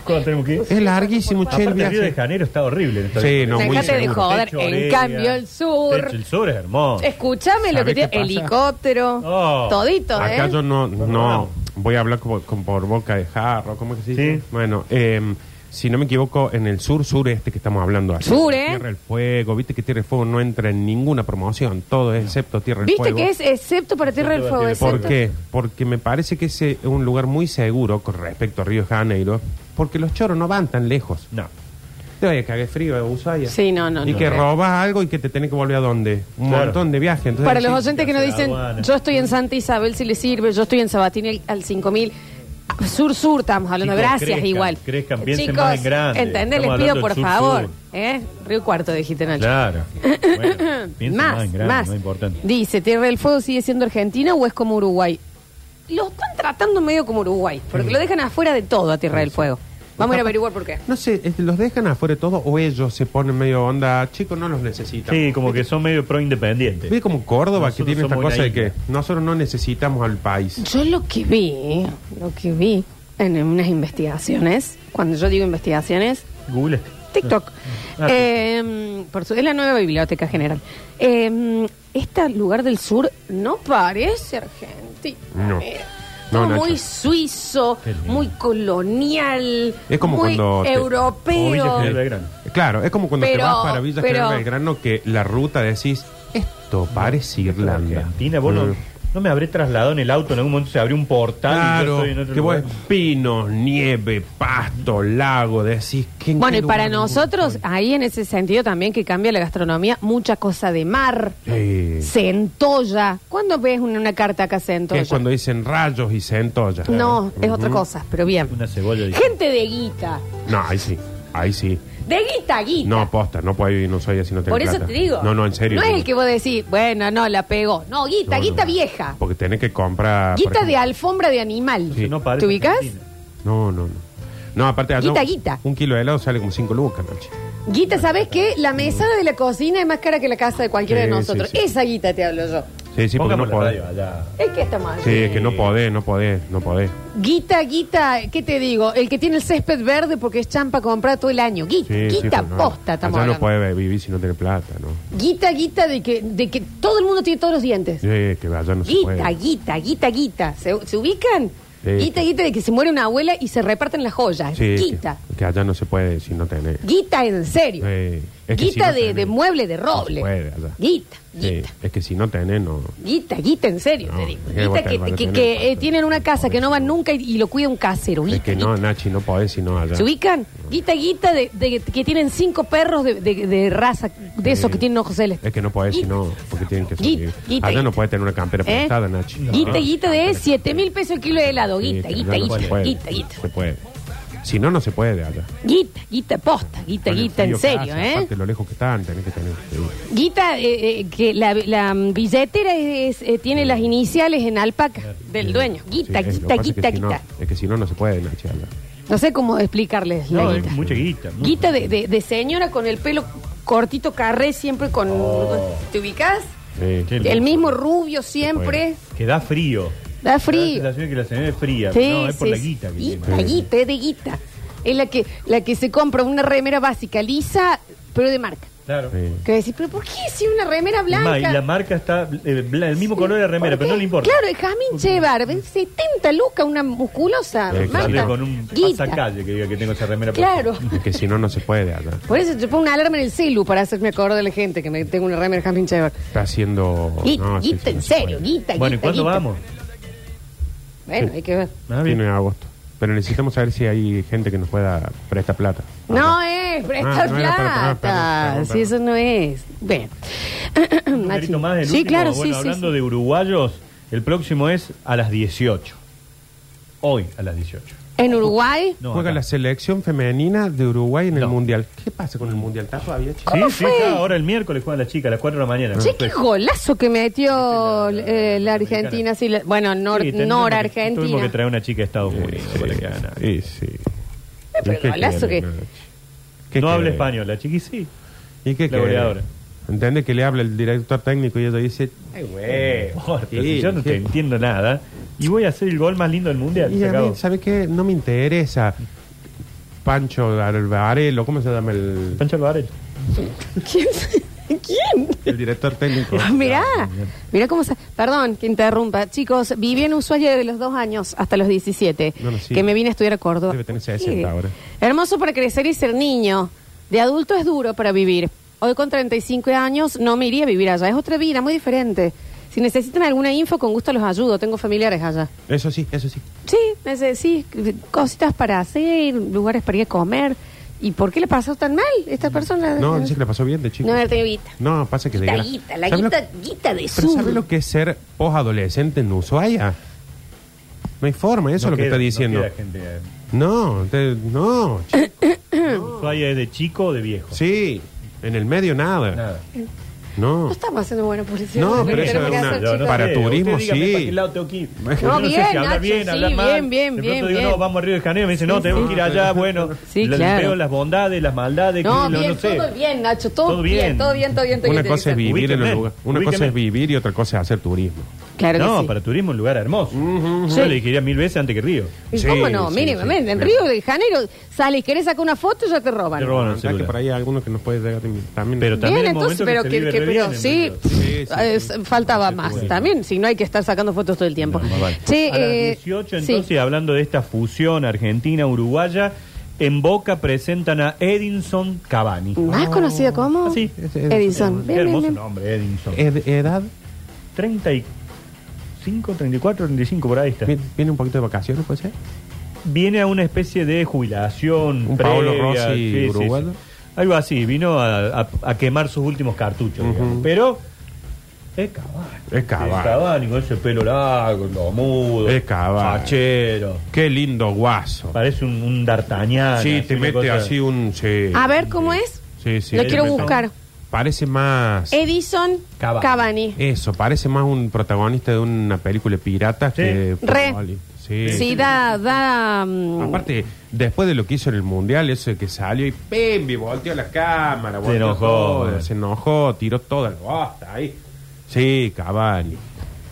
Speaker 4: ¿Cuándo tenemos que ir?
Speaker 3: Es larguísimo,
Speaker 2: Ah,
Speaker 3: che, el
Speaker 4: Aparte, Río de
Speaker 3: viaje.
Speaker 4: Janeiro está horrible. en esta
Speaker 3: Sí,
Speaker 4: época.
Speaker 3: no, muy
Speaker 2: Dejate de
Speaker 3: seguro.
Speaker 2: joder.
Speaker 4: Techo,
Speaker 2: En
Speaker 4: orilla.
Speaker 2: cambio, el
Speaker 4: Techo,
Speaker 2: sur.
Speaker 4: el sur es hermoso.
Speaker 2: Escúchame lo que
Speaker 3: ¿Sabés
Speaker 2: tiene.
Speaker 3: qué pasa?
Speaker 2: Helicóptero.
Speaker 4: Oh.
Speaker 2: Todito, ¿eh?
Speaker 3: Acá yo no, no
Speaker 4: vamos.
Speaker 3: voy a hablar como, como por boca de jarro, ¿cómo que se
Speaker 4: Sí.
Speaker 3: dice? Bueno, eh, si no me equivoco, en el sur sureste que estamos hablando allá.
Speaker 2: Sur, ¿eh?
Speaker 3: Tierra del Fuego, viste que Tierra del Fuego no entra en ninguna promoción, todo es excepto Tierra del
Speaker 2: ¿Viste
Speaker 3: Fuego.
Speaker 2: que es excepto para Tierra del Fuego?
Speaker 3: ¿Por
Speaker 2: excepto?
Speaker 3: qué? Porque me parece que ese es un lugar muy seguro con respecto a Río de Janeiro, porque los choros no van tan lejos.
Speaker 4: No.
Speaker 3: Te vayas a cagar frío a Ushuaia.
Speaker 2: Sí, no, no.
Speaker 3: y
Speaker 2: no.
Speaker 3: que robas algo y que te tenés que volver a dónde. Un
Speaker 4: Claro.
Speaker 3: montón de viajes. Entonces,
Speaker 2: Para
Speaker 3: sí,
Speaker 2: los oyentes que nos
Speaker 4: hace
Speaker 2: dicen,
Speaker 4: aduana.
Speaker 2: yo estoy en Santa Isabel si le sirve, yo estoy en Sabatini al- al 5000. Sur, sur, estamos hablando.
Speaker 4: Chicos,
Speaker 2: Gracias,
Speaker 4: crezcan,
Speaker 2: igual.
Speaker 4: crezcan, piensen
Speaker 2: Chicos,
Speaker 4: más en grande.
Speaker 2: ¿entendés?
Speaker 4: Estamos
Speaker 2: Les pido,
Speaker 4: hablando
Speaker 2: por
Speaker 4: del sur,
Speaker 2: favor.
Speaker 4: sur.
Speaker 2: ¿eh? Río Cuarto, dijiste, Nacho.
Speaker 4: Claro. [laughs] Bueno, piensen
Speaker 2: más,
Speaker 4: más en grande, más importante.
Speaker 2: Dice, ¿Tierra del Fuego sigue siendo Argentina o es como Uruguay? Lo están tratando medio como Uruguay, porque lo dejan afuera de todo a Tierra del Fuego. Vamos a ir a averiguar por qué.
Speaker 3: No sé, es- ¿los dejan afuera de todo o ellos se ponen medio onda? Chicos, no los necesitan.
Speaker 4: Sí, como que son medio pro independientes.
Speaker 3: Ve como Córdoba que
Speaker 4: Nosotros
Speaker 3: tiene esta
Speaker 4: somos
Speaker 3: cosa
Speaker 4: una
Speaker 3: de que
Speaker 4: isla.
Speaker 3: nosotros no necesitamos al país.
Speaker 2: Yo lo que vi, lo que vi en unas investigaciones, cuando yo digo investigaciones,
Speaker 4: Google.
Speaker 2: TikTok.
Speaker 4: Ah,
Speaker 2: Eh, por su, es la nueva biblioteca general. Eh, este lugar del sur no parece Argentina.
Speaker 3: No.
Speaker 2: Eh,
Speaker 3: No,
Speaker 2: todo
Speaker 3: Nacho.
Speaker 2: muy suizo,
Speaker 4: Qué lindo.
Speaker 2: muy colonial,
Speaker 3: Es como
Speaker 2: muy
Speaker 3: cuando te-
Speaker 4: Como Villa
Speaker 2: europeo.
Speaker 4: General Belgrano.
Speaker 3: Eh, Claro, es como cuando te
Speaker 2: Pero-
Speaker 3: vas para Villa General
Speaker 2: pero-
Speaker 3: Belgrano que la ruta decís, esto parece Irlanda.
Speaker 4: Argentina, vos no,
Speaker 3: Mm.
Speaker 4: no me habré trasladado en el auto, en algún momento se abrió un portal y yo
Speaker 3: Claro,
Speaker 4: estoy en otro
Speaker 3: que vos
Speaker 4: lugar.
Speaker 3: ves pinos, nieve, pasto, lago, decís que...
Speaker 2: Bueno, y para nosotros, ahí en ese sentido también que cambia la gastronomía, mucha cosa de mar,
Speaker 3: Sí.
Speaker 2: centolla. ¿Cuándo ves una, una carta acá
Speaker 3: Que
Speaker 2: centolla?
Speaker 3: es cuando dicen rayos y centollas.
Speaker 2: No, es otra
Speaker 3: Ujú.
Speaker 2: cosa, pero bien.
Speaker 4: Una cebolla. dice.
Speaker 2: Gente de guita,
Speaker 3: No, ahí sí, ahí sí.
Speaker 2: de guita a guita.
Speaker 3: No, aposta, no puedo vivir, no soy así, no tengo
Speaker 2: Por eso
Speaker 3: plata.
Speaker 2: te digo.
Speaker 3: No, no, en serio.
Speaker 2: No es el que vos decís, bueno, no, la pegó. No, guita,
Speaker 3: No,
Speaker 2: guita
Speaker 3: no.
Speaker 2: vieja.
Speaker 3: Porque tenés que comprar... por
Speaker 2: Guita de
Speaker 3: ejemplo-
Speaker 2: alfombra de animal.
Speaker 3: Sí.
Speaker 4: No parece
Speaker 2: ¿Te ubicas?
Speaker 4: Argentina.
Speaker 3: No, no, no. No, aparte allá
Speaker 2: Guita,
Speaker 3: un-
Speaker 2: guita.
Speaker 3: un kilo de helado sale como cinco lucas, Nachi.
Speaker 2: Guita, ¿sabes qué? La mesada de la cocina es más cara que la casa de cualquiera
Speaker 3: Sí,
Speaker 2: de nosotros.
Speaker 3: sí, sí.
Speaker 2: Esa guita te hablo yo.
Speaker 3: Sí, sí, porque
Speaker 4: Pongamos
Speaker 3: no
Speaker 4: la
Speaker 3: podés.
Speaker 4: radio allá.
Speaker 2: Es que está mal.
Speaker 3: Sí, es que no podés, no podés, no podés.
Speaker 2: Guita, guita, ¿qué te digo? El que tiene el césped verde porque es champa comprada todo el año. Guita,
Speaker 3: Sí, sí,
Speaker 2: guita,
Speaker 3: pues no.
Speaker 2: posta, estamos
Speaker 3: Allá no
Speaker 2: hablando.
Speaker 3: podés vivir si no tenés plata, ¿no?
Speaker 2: Guita, guita de que, de que todo el mundo tiene todos los dientes.
Speaker 3: Sí, que allá no se puede.
Speaker 2: Guita, guita, guita, guita. ¿Se, se ubican?
Speaker 3: Sí.
Speaker 2: Guita, guita de que se muere una abuela y se reparten las joyas.
Speaker 3: Sí,
Speaker 2: guita.
Speaker 3: Que, que allá no se puede si no tenés.
Speaker 2: Guita en serio.
Speaker 3: Sí. Es que si
Speaker 2: guita
Speaker 3: no
Speaker 2: de,
Speaker 3: tenés-
Speaker 2: de mueble de
Speaker 3: no se
Speaker 2: roble.
Speaker 3: puede allá.
Speaker 2: guita,
Speaker 3: Sí,
Speaker 2: guita.
Speaker 3: es que si no tenés, no.
Speaker 2: Guita, guita, en serio.
Speaker 3: No,
Speaker 2: te digo.
Speaker 3: es que vos
Speaker 2: Guita
Speaker 3: te
Speaker 2: que,
Speaker 3: vas a
Speaker 2: que-
Speaker 3: tener
Speaker 2: que,
Speaker 3: que-
Speaker 2: eh, tienen una casa que no van nunca y, y lo cuida un casero.
Speaker 3: Es
Speaker 2: guita,
Speaker 3: que no,
Speaker 2: guita.
Speaker 3: Nachi, no podés si no allá.
Speaker 2: ¿Se ubican? Guita, guita de, de- que tienen cinco perros de, de- de raza, de esos
Speaker 3: Sí.
Speaker 2: que tienen ojos celestes.
Speaker 3: Eh, Es que no podés si
Speaker 2: Guita.
Speaker 3: no, porque tienen que
Speaker 2: Guita,
Speaker 3: subir.
Speaker 2: guita,
Speaker 3: allá no
Speaker 2: guita.
Speaker 3: podés tener una campera
Speaker 2: ¿Eh?
Speaker 3: prestada, Nachi.
Speaker 2: Guita,
Speaker 3: No.
Speaker 2: guita de 7 mil pesos el kilo de helado.
Speaker 3: Sí,
Speaker 2: Guita,
Speaker 3: que
Speaker 2: guita,
Speaker 3: allá no
Speaker 2: guita,
Speaker 3: se puede.
Speaker 2: guita, guita.
Speaker 3: Se puede. Si no, no se puede allá.
Speaker 2: Guita, guita, posta, guita,
Speaker 3: Con el
Speaker 2: guita, en
Speaker 3: frío que
Speaker 2: serio,
Speaker 3: hace,
Speaker 2: ¿eh?
Speaker 3: aparte lo lejos que están, tenés que tener. que ir.
Speaker 2: Guita, eh, eh, que la, la billetera es- es, eh, tiene las iniciales en alpaca del dueño. Guita,
Speaker 3: Sí, es-
Speaker 2: guita,
Speaker 3: lo que pasa es que
Speaker 2: guita,
Speaker 3: si no-
Speaker 2: guita.
Speaker 3: es que si no, no se puede, Nachi, allá.
Speaker 2: No sé cómo explicarles la
Speaker 4: No, es
Speaker 2: guita.
Speaker 4: mucha guita. mucha.
Speaker 2: Guita de, de- de señora con el pelo cortito carré, siempre con...
Speaker 3: Oh.
Speaker 2: ¿Te ubicas?
Speaker 3: Sí.
Speaker 4: Qué lindo.
Speaker 2: El mismo rubio siempre.
Speaker 4: Que da frío.
Speaker 2: Da
Speaker 4: Da
Speaker 2: frío.
Speaker 4: La sensación que la señora es fría.
Speaker 2: Sí,
Speaker 4: no, es por
Speaker 2: sí,
Speaker 4: la
Speaker 2: sí.
Speaker 4: guita que
Speaker 2: guita,
Speaker 4: tiene.
Speaker 2: guita, es de guita. Es la que, la que se compra una remera básica lisa, pero de marca.
Speaker 4: Claro.
Speaker 3: Sí.
Speaker 2: Que decís, pero ¿por qué si una remera
Speaker 4: Y
Speaker 2: blanca?
Speaker 4: ma- Y la marca está eh, bla- el mismo color de la remera,
Speaker 2: ¿Por
Speaker 4: pero no
Speaker 2: qué?
Speaker 4: le importa.
Speaker 2: Claro, el Jamín Chevar, ven, 70 lucas, una musculosa.
Speaker 3: Sí,
Speaker 4: Que
Speaker 3: claro.
Speaker 4: sirve
Speaker 2: Marta.
Speaker 4: con un
Speaker 2: Guita.
Speaker 4: pasacalle que diga que tengo esa remera. puesta.
Speaker 2: Claro.
Speaker 3: Es que si no, no se puede allá.
Speaker 2: Por eso yo pongo una alarma en el celu para hacerme acordar de la gente que me tengo una remera Jamín Chevar.
Speaker 3: Está haciendo.
Speaker 2: Guita,
Speaker 3: Oh, no, sí,
Speaker 2: guita,
Speaker 3: sí, no
Speaker 2: en
Speaker 3: se
Speaker 2: serio,
Speaker 3: puede.
Speaker 2: guita,
Speaker 4: Bueno, ¿y
Speaker 2: guita,
Speaker 4: cuándo
Speaker 2: guita.
Speaker 4: vamos?
Speaker 2: Bueno, hay que ver.
Speaker 4: Ah, bien.
Speaker 3: Viene en agosto. Pero necesitamos saber si hay gente que nos pueda prestar plata.
Speaker 2: No es, presta
Speaker 3: Ah, no era para-
Speaker 2: plata.
Speaker 3: para- para- para-
Speaker 2: Sí, eso no es. Bueno. [coughs]
Speaker 4: Un
Speaker 2: Nachi.
Speaker 4: grito más del
Speaker 2: sí,
Speaker 4: último.
Speaker 2: claro,
Speaker 4: bueno,
Speaker 2: sí, sí,
Speaker 4: hablando
Speaker 2: sí.
Speaker 4: de uruguayos, el próximo es a las 18. Hoy a las 18.
Speaker 2: En Uruguay.
Speaker 4: No,
Speaker 3: Juega
Speaker 4: acá.
Speaker 3: la selección femenina de Uruguay en el
Speaker 4: No.
Speaker 3: Mundial. ¿Qué pasa con el Mundial? ¿Está todavía, chico?
Speaker 4: Sí,
Speaker 2: ¿Cómo
Speaker 4: sí,
Speaker 2: fue?
Speaker 4: está, ahora el miércoles juega la chica a las 4 de la mañana.
Speaker 2: Che, qué golazo que metió
Speaker 4: Ah. Sí, la-
Speaker 2: eh, la
Speaker 4: la
Speaker 2: Argentina.
Speaker 4: americana.
Speaker 2: Sí, la- bueno, nor,
Speaker 4: Sí, tendremos
Speaker 2: Nora
Speaker 4: que- Tuvimos que
Speaker 2: Argentina.
Speaker 4: traer una chica de Estados Unidos para que
Speaker 3: gana.
Speaker 4: ganara.
Speaker 3: Sí, sí.
Speaker 2: pero
Speaker 3: ¿Y qué
Speaker 2: golazo
Speaker 3: quiere,
Speaker 2: que-
Speaker 3: Nachi? ¿Qué
Speaker 4: No habla
Speaker 3: quiere?
Speaker 4: español, la chiqui sí.
Speaker 3: ¿Y qué
Speaker 4: La
Speaker 3: quiere?
Speaker 4: goleadora.
Speaker 3: Entiende que le habla el director técnico y ella dice. "Ay, güey,
Speaker 4: Importa,
Speaker 3: sí,
Speaker 4: si yo no
Speaker 3: ¿qué
Speaker 4: te entiendo nada. Y voy a hacer el gol más lindo del mundial.
Speaker 3: Y
Speaker 4: se
Speaker 3: a mí,
Speaker 4: acabó.
Speaker 3: ¿sabes qué? No me interesa. Pancho Alvarelo, ¿cómo se llama el...?
Speaker 4: Pancho Alvarez.
Speaker 2: ¿Quién? ¿Quién?
Speaker 3: El director técnico.
Speaker 2: [laughs] Mirá, mirá cómo se... Perdón que interrumpa. Chicos, viví en Ushuaia de los dos años hasta los 17,
Speaker 3: No, no, sí.
Speaker 2: que me vine a estudiar a Córdoba.
Speaker 3: Debe tener
Speaker 2: Sí.
Speaker 3: 60 ahora.
Speaker 2: Hermoso para crecer y ser niño. De adulto es duro para vivir. Hoy con 35 años no me iría a vivir allá. Es otra vida, muy diferente. Si necesitan alguna info, con gusto los ayudo. Tengo familiares allá.
Speaker 3: Eso sí, eso sí.
Speaker 2: Sí, ese- sí, cositas para hacer, lugares para ir a comer. ¿Y por qué le pasó tan mal a esta persona?
Speaker 3: No, dice que la pasó bien de chico.
Speaker 2: No, era guita.
Speaker 3: No, pasa que de
Speaker 2: La
Speaker 3: gra-
Speaker 2: guita, la
Speaker 3: ¿Sabe lo-
Speaker 2: guita, guita de
Speaker 3: Pero
Speaker 2: sur.
Speaker 3: ¿sabes lo que es ser posadolescente en Ushuaia? No hay forma, eso es lo que está diciendo.
Speaker 4: eh.
Speaker 3: No, te- no, chico,
Speaker 2: Hmm.
Speaker 4: Ushuaia es eh, de chico o de viejo.
Speaker 3: sí, en el medio nada.
Speaker 4: Nada.
Speaker 2: No
Speaker 3: No.
Speaker 2: estamos haciendo buena publicidad.
Speaker 3: No,
Speaker 2: Lo
Speaker 3: pero
Speaker 2: que
Speaker 3: eso
Speaker 2: tenemos
Speaker 3: es
Speaker 2: que
Speaker 3: una-
Speaker 2: hacer,
Speaker 3: no, no,
Speaker 2: chicos.
Speaker 3: para
Speaker 4: sé,
Speaker 3: turismo,
Speaker 4: usted dígame
Speaker 3: sí.
Speaker 4: para qué lado tengo que ir.
Speaker 3: No,
Speaker 4: Yo sé
Speaker 2: bien,
Speaker 4: si hablar
Speaker 2: Nacho,
Speaker 4: bien,
Speaker 2: sí,
Speaker 4: hablar mal.
Speaker 2: bien, bien,
Speaker 4: De
Speaker 2: bien,
Speaker 4: pronto digo,
Speaker 2: bien.
Speaker 4: no, vamos a Río de Janeiro. Me dice, no, tenemos que ir allá, bueno.
Speaker 2: [laughs] Sí,
Speaker 4: lo-
Speaker 2: claro.
Speaker 4: Veo las bondades, las maldades.
Speaker 2: No,
Speaker 4: que lo-
Speaker 2: bien,
Speaker 4: no sé.
Speaker 2: todo bien, Nacho, todo,
Speaker 4: Todo
Speaker 2: bien.
Speaker 4: bien.
Speaker 2: todo bien, todo bien. todo
Speaker 3: Una
Speaker 2: bien,
Speaker 3: cosa es
Speaker 2: tiene que
Speaker 3: vivir en los
Speaker 4: Ubíqueme,
Speaker 3: lugares. Una cosa
Speaker 4: ubíqueme.
Speaker 3: es vivir y otra cosa es hacer turismo.
Speaker 2: ser. Claro que
Speaker 4: no,
Speaker 2: sí.
Speaker 4: para turismo un lugar hermoso. Yo
Speaker 2: Sí.
Speaker 4: le diría mil veces antes que Río.
Speaker 2: ¿Y
Speaker 3: Sí,
Speaker 2: ¿Cómo no?
Speaker 3: sí,
Speaker 2: Mínimamente.
Speaker 3: sí,
Speaker 2: en
Speaker 3: sí.
Speaker 2: Río de Janeiro sales, querés sacar una foto, ya te roban.
Speaker 4: Te roban el
Speaker 3: Ya que
Speaker 4: celular.
Speaker 3: por ahí hay alguno que nos puede llegar también.
Speaker 4: Pero también
Speaker 2: Bien,
Speaker 4: hay
Speaker 2: entonces,
Speaker 4: momentos
Speaker 2: pero
Speaker 4: que
Speaker 2: que,
Speaker 4: se vive
Speaker 2: que-
Speaker 4: re
Speaker 2: pero
Speaker 4: bien en
Speaker 2: sí,
Speaker 4: Río.
Speaker 3: Sí, sí,
Speaker 2: eh,
Speaker 3: sí.
Speaker 2: s- faltaba más.
Speaker 3: bueno.
Speaker 2: También, si no hay que estar sacando fotos todo el tiempo.
Speaker 4: No, más vale.
Speaker 2: Che,
Speaker 4: a las
Speaker 2: eh,
Speaker 4: 18,
Speaker 2: sí.
Speaker 4: entonces, hablando de esta fusión argentina-uruguaya, en Boca presentan a Edinson Cavani.
Speaker 2: Más conocida como
Speaker 4: Ah, sí.
Speaker 3: Ese- ese-
Speaker 2: Edison.
Speaker 4: Qué
Speaker 2: Bien, bien,
Speaker 4: hermoso
Speaker 2: bien.
Speaker 4: nombre, Edinson.
Speaker 3: Ed- edad,
Speaker 4: 35, 34, 35, por ahí está.
Speaker 3: vi- viene un poquito de vacaciones, puede ser.
Speaker 4: Viene a una especie de jubilación.
Speaker 3: Un Paolo Rossi uruguayo.
Speaker 4: Algo así, vino a, a- a quemar sus últimos cartuchos, digamos. Pero es Cavani.
Speaker 3: Es Cavani.
Speaker 4: Es Cavani con ese pelo largo, lo mudo.
Speaker 3: Es Cavani.
Speaker 4: Fachero.
Speaker 3: Qué lindo guaso.
Speaker 4: Parece un, un d'Artagnan.
Speaker 3: Sí,
Speaker 4: así,
Speaker 3: te
Speaker 4: una
Speaker 3: mete
Speaker 4: cosa-
Speaker 3: así un. sí.
Speaker 2: A ver cómo es.
Speaker 3: Sí, sí,
Speaker 2: Lo
Speaker 3: te
Speaker 2: quiero Eh,
Speaker 3: mete-
Speaker 2: buscar.
Speaker 3: Parece más.
Speaker 2: Edison
Speaker 4: Cavani.
Speaker 2: Cavani.
Speaker 3: Eso, parece más un protagonista de una película pirata que.
Speaker 2: Re.
Speaker 3: Sí.
Speaker 2: Sí, da, da. mm,
Speaker 3: Aparte, después de lo que hizo en el mundial, eso de que salió y pimbi, volteó la cámara, volteó
Speaker 4: enojó,
Speaker 3: todo,
Speaker 4: man.
Speaker 3: se enojó, tiró toda la bosta ahí. Sí, Cavani.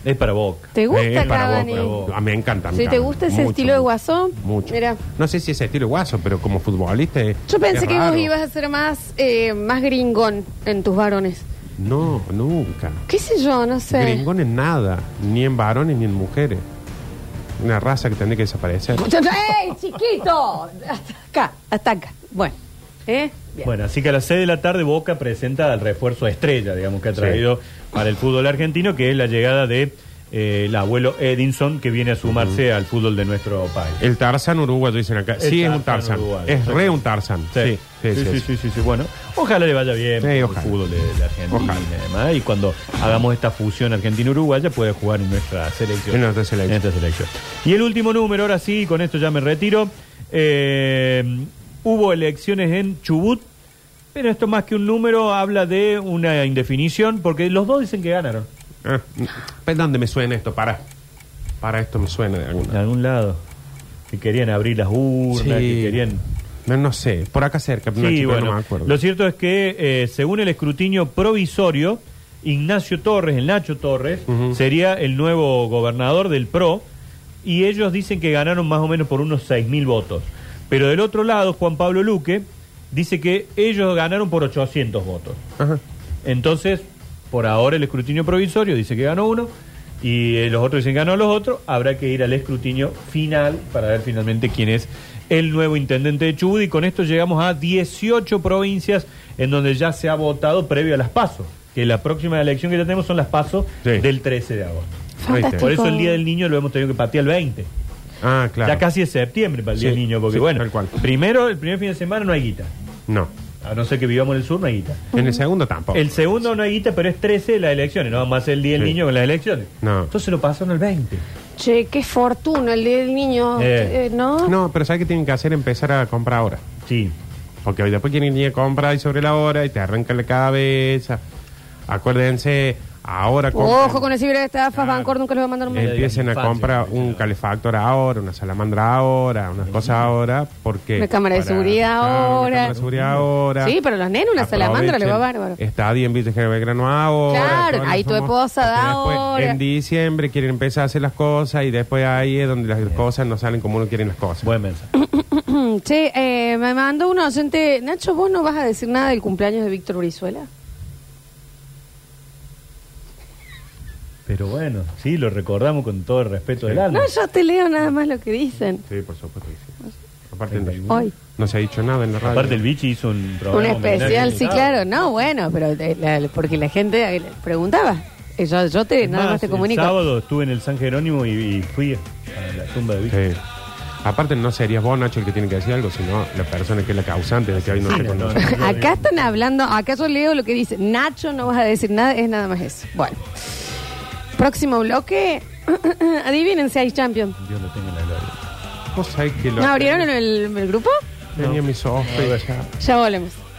Speaker 4: Es para Boca.
Speaker 2: ¿Te gusta
Speaker 3: Eh, para vos,
Speaker 2: Cavani?
Speaker 3: para vos. A mí me encanta.
Speaker 2: Sí, ¿te gusta ese estilo de
Speaker 3: guaso?
Speaker 2: guasón?
Speaker 3: Mucho.
Speaker 2: Mira.
Speaker 3: No sé si ese estilo de guaso, pero como futbolista. es-
Speaker 2: Yo pensé
Speaker 3: es
Speaker 2: que vos
Speaker 3: raro.
Speaker 2: ibas a ser más, eh, más gringón en tus varones.
Speaker 3: No, nunca.
Speaker 2: ¿Qué sé yo? No sé.
Speaker 3: Gringón en nada, ni en varones ni en mujeres. Una raza que tendría que desaparecer.
Speaker 2: ¡Ey, chiquito! Hasta acá, hasta acá. Bueno, ¿eh? Bien.
Speaker 4: Bueno, así que a las 6 de la tarde Boca presenta el refuerzo estrella, digamos, que ha traído para el fútbol argentino, que es la llegada de eh, el abuelo Edinson, que viene a sumarse al fútbol de nuestro país.
Speaker 3: El Tarzan uruguayo, dicen acá.
Speaker 4: El
Speaker 3: sí, es un
Speaker 4: Tarzán
Speaker 3: Tarzan.
Speaker 4: uruguayo.
Speaker 3: Es re un Tarzan. Sí, sí, sí. sí.
Speaker 4: sí, sí, Bueno, ojalá le vaya bien
Speaker 3: Sí,
Speaker 4: al
Speaker 3: ojalá.
Speaker 4: fútbol de, de Argentina
Speaker 3: Ojalá.
Speaker 4: y demás. Y cuando hagamos esta fusión Argentina-Uruguaya, puede jugar en nuestra selección.
Speaker 3: En nuestra selección.
Speaker 4: En nuestra selección. Y el último número, ahora sí, con esto ya me retiro. Eh, hubo elecciones en Chubut, pero esto más que un número habla de una indefinición, porque los dos dicen que ganaron.
Speaker 3: Ah, ¿Pero dónde me suena esto? Para. Para esto me suena de
Speaker 4: En
Speaker 3: alguna.
Speaker 4: algún lado. Que querían abrir las urnas, que querían...
Speaker 3: No, no sé. Por acá cerca. pero no,
Speaker 4: Sí,
Speaker 3: chico,
Speaker 4: bueno,
Speaker 3: no me acuerdo.
Speaker 4: lo cierto es que eh, según el escrutinio provisorio, Ignacio Torres, el Nacho Torres,
Speaker 3: Ujú.
Speaker 4: sería el nuevo gobernador del PRO y ellos dicen que ganaron más o menos por unos 6.000 votos. Pero del otro lado, Juan Pablo Luque dice que ellos ganaron por 800 votos.
Speaker 3: Ajá.
Speaker 4: Entonces, por ahora el escrutinio provisorio dice que ganó uno y eh, los otros dicen que ganó los otros. Habrá que ir al escrutinio final para ver finalmente quién es el nuevo intendente de Chubut. Y con esto llegamos a 18 provincias en donde ya se ha votado previo a las PASO. Que la próxima elección que ya tenemos son las PASO
Speaker 3: Sí.
Speaker 4: del 13 de agosto.
Speaker 2: Fantástico.
Speaker 4: Por eso el Día del Niño lo hemos tenido que patear el 20.
Speaker 3: Ah, claro.
Speaker 4: Ya casi es septiembre para el Día
Speaker 3: Sí,
Speaker 4: del Niño, porque
Speaker 3: sí,
Speaker 4: bueno,
Speaker 3: tal cual.
Speaker 4: primero, el primer fin de semana no hay guita.
Speaker 3: No.
Speaker 4: A no ser que vivamos en el sur, no hay guita.
Speaker 3: En el segundo tampoco.
Speaker 4: El segundo no hay guita, pero es 13 de las elecciones. No vamos a hacer el día del
Speaker 3: Sí.
Speaker 4: niño con las elecciones.
Speaker 3: No.
Speaker 4: Entonces lo pasaron al 20.
Speaker 2: Che, qué fortuna el día del niño.
Speaker 4: Eh.
Speaker 2: Eh, ¿no?
Speaker 3: No, pero ¿sabes qué tienen que hacer? Empezar a comprar ahora.
Speaker 4: Sí.
Speaker 3: Porque hoy después quieren ir a comprar y sobre la hora y te arrancan la cabeza. Acuérdense, ahora compren.
Speaker 2: Ojo con el ciberestafas,
Speaker 3: Claro.
Speaker 2: Bancor nunca les va a mandar un
Speaker 4: Ah. Eh,
Speaker 2: mail.
Speaker 3: Empiecen a
Speaker 4: Infancia,
Speaker 3: comprar
Speaker 4: infancia.
Speaker 3: un calefactor ahora, una salamandra ahora, unas cosas ahora, porque...
Speaker 2: Una cámara de seguridad
Speaker 3: Claro,
Speaker 2: ahora.
Speaker 3: Una cámara de seguridad ahora.
Speaker 2: Sí, pero los nenes, una salamandra le va
Speaker 3: Aprovechen.
Speaker 2: bárbaro.
Speaker 3: Está ahí en Villa General Belgrano ahora.
Speaker 2: Claro,
Speaker 3: Todos
Speaker 2: ahí
Speaker 3: somos-
Speaker 2: tu esposa
Speaker 3: porque después
Speaker 2: ahora.
Speaker 3: En diciembre quieren empezar a hacer las cosas y después ahí es donde las cosas no salen como uno quiere las cosas.
Speaker 4: Buen mensaje.
Speaker 2: Mm, Che, eh, me mandó un oyente. Nacho, ¿vos no vas a decir nada del cumpleaños de Víctor Brizuela?
Speaker 4: Pero bueno, sí, lo recordamos con todo el respeto del alma.
Speaker 2: No, yo te leo nada más lo que dicen.
Speaker 3: Sí, por supuesto que sí. Aparte,
Speaker 4: Treinta y
Speaker 3: no,
Speaker 4: uno.
Speaker 2: Hoy.
Speaker 3: no se ha dicho nada en la radio.
Speaker 4: Aparte el bichi hizo un
Speaker 2: Un
Speaker 4: programa.
Speaker 2: especial,
Speaker 4: homenaje.
Speaker 2: sí, claro. No, bueno, pero eh, la- porque la gente eh, preguntaba. Eh, Yo, yo te,
Speaker 4: Es
Speaker 2: nada más te comunico.
Speaker 4: El
Speaker 2: [laughs]
Speaker 4: sábado estuve en el San Jerónimo y, y fui a la tumba de bichi.
Speaker 3: Sí. Aparte no serías vos, Nacho, el que tiene que decir algo, sino la persona que es la causante de que hoy no
Speaker 4: Sí,
Speaker 3: esté
Speaker 4: no,
Speaker 3: con
Speaker 4: no,
Speaker 3: nosotros.
Speaker 4: no.
Speaker 2: Acá están hablando, acá yo leo lo que dice. Nacho, no vas a decir nada, es nada más eso. Bueno. Próximo bloque. [clears throat] Adivinen si hay champion.
Speaker 4: Dios lo tenga en la gloria.
Speaker 3: Vos sabés que lo-
Speaker 2: ¿No abrieron el, el grupo?
Speaker 3: Tenía mis
Speaker 4: No.
Speaker 3: sospechas.
Speaker 2: Ya volvemos.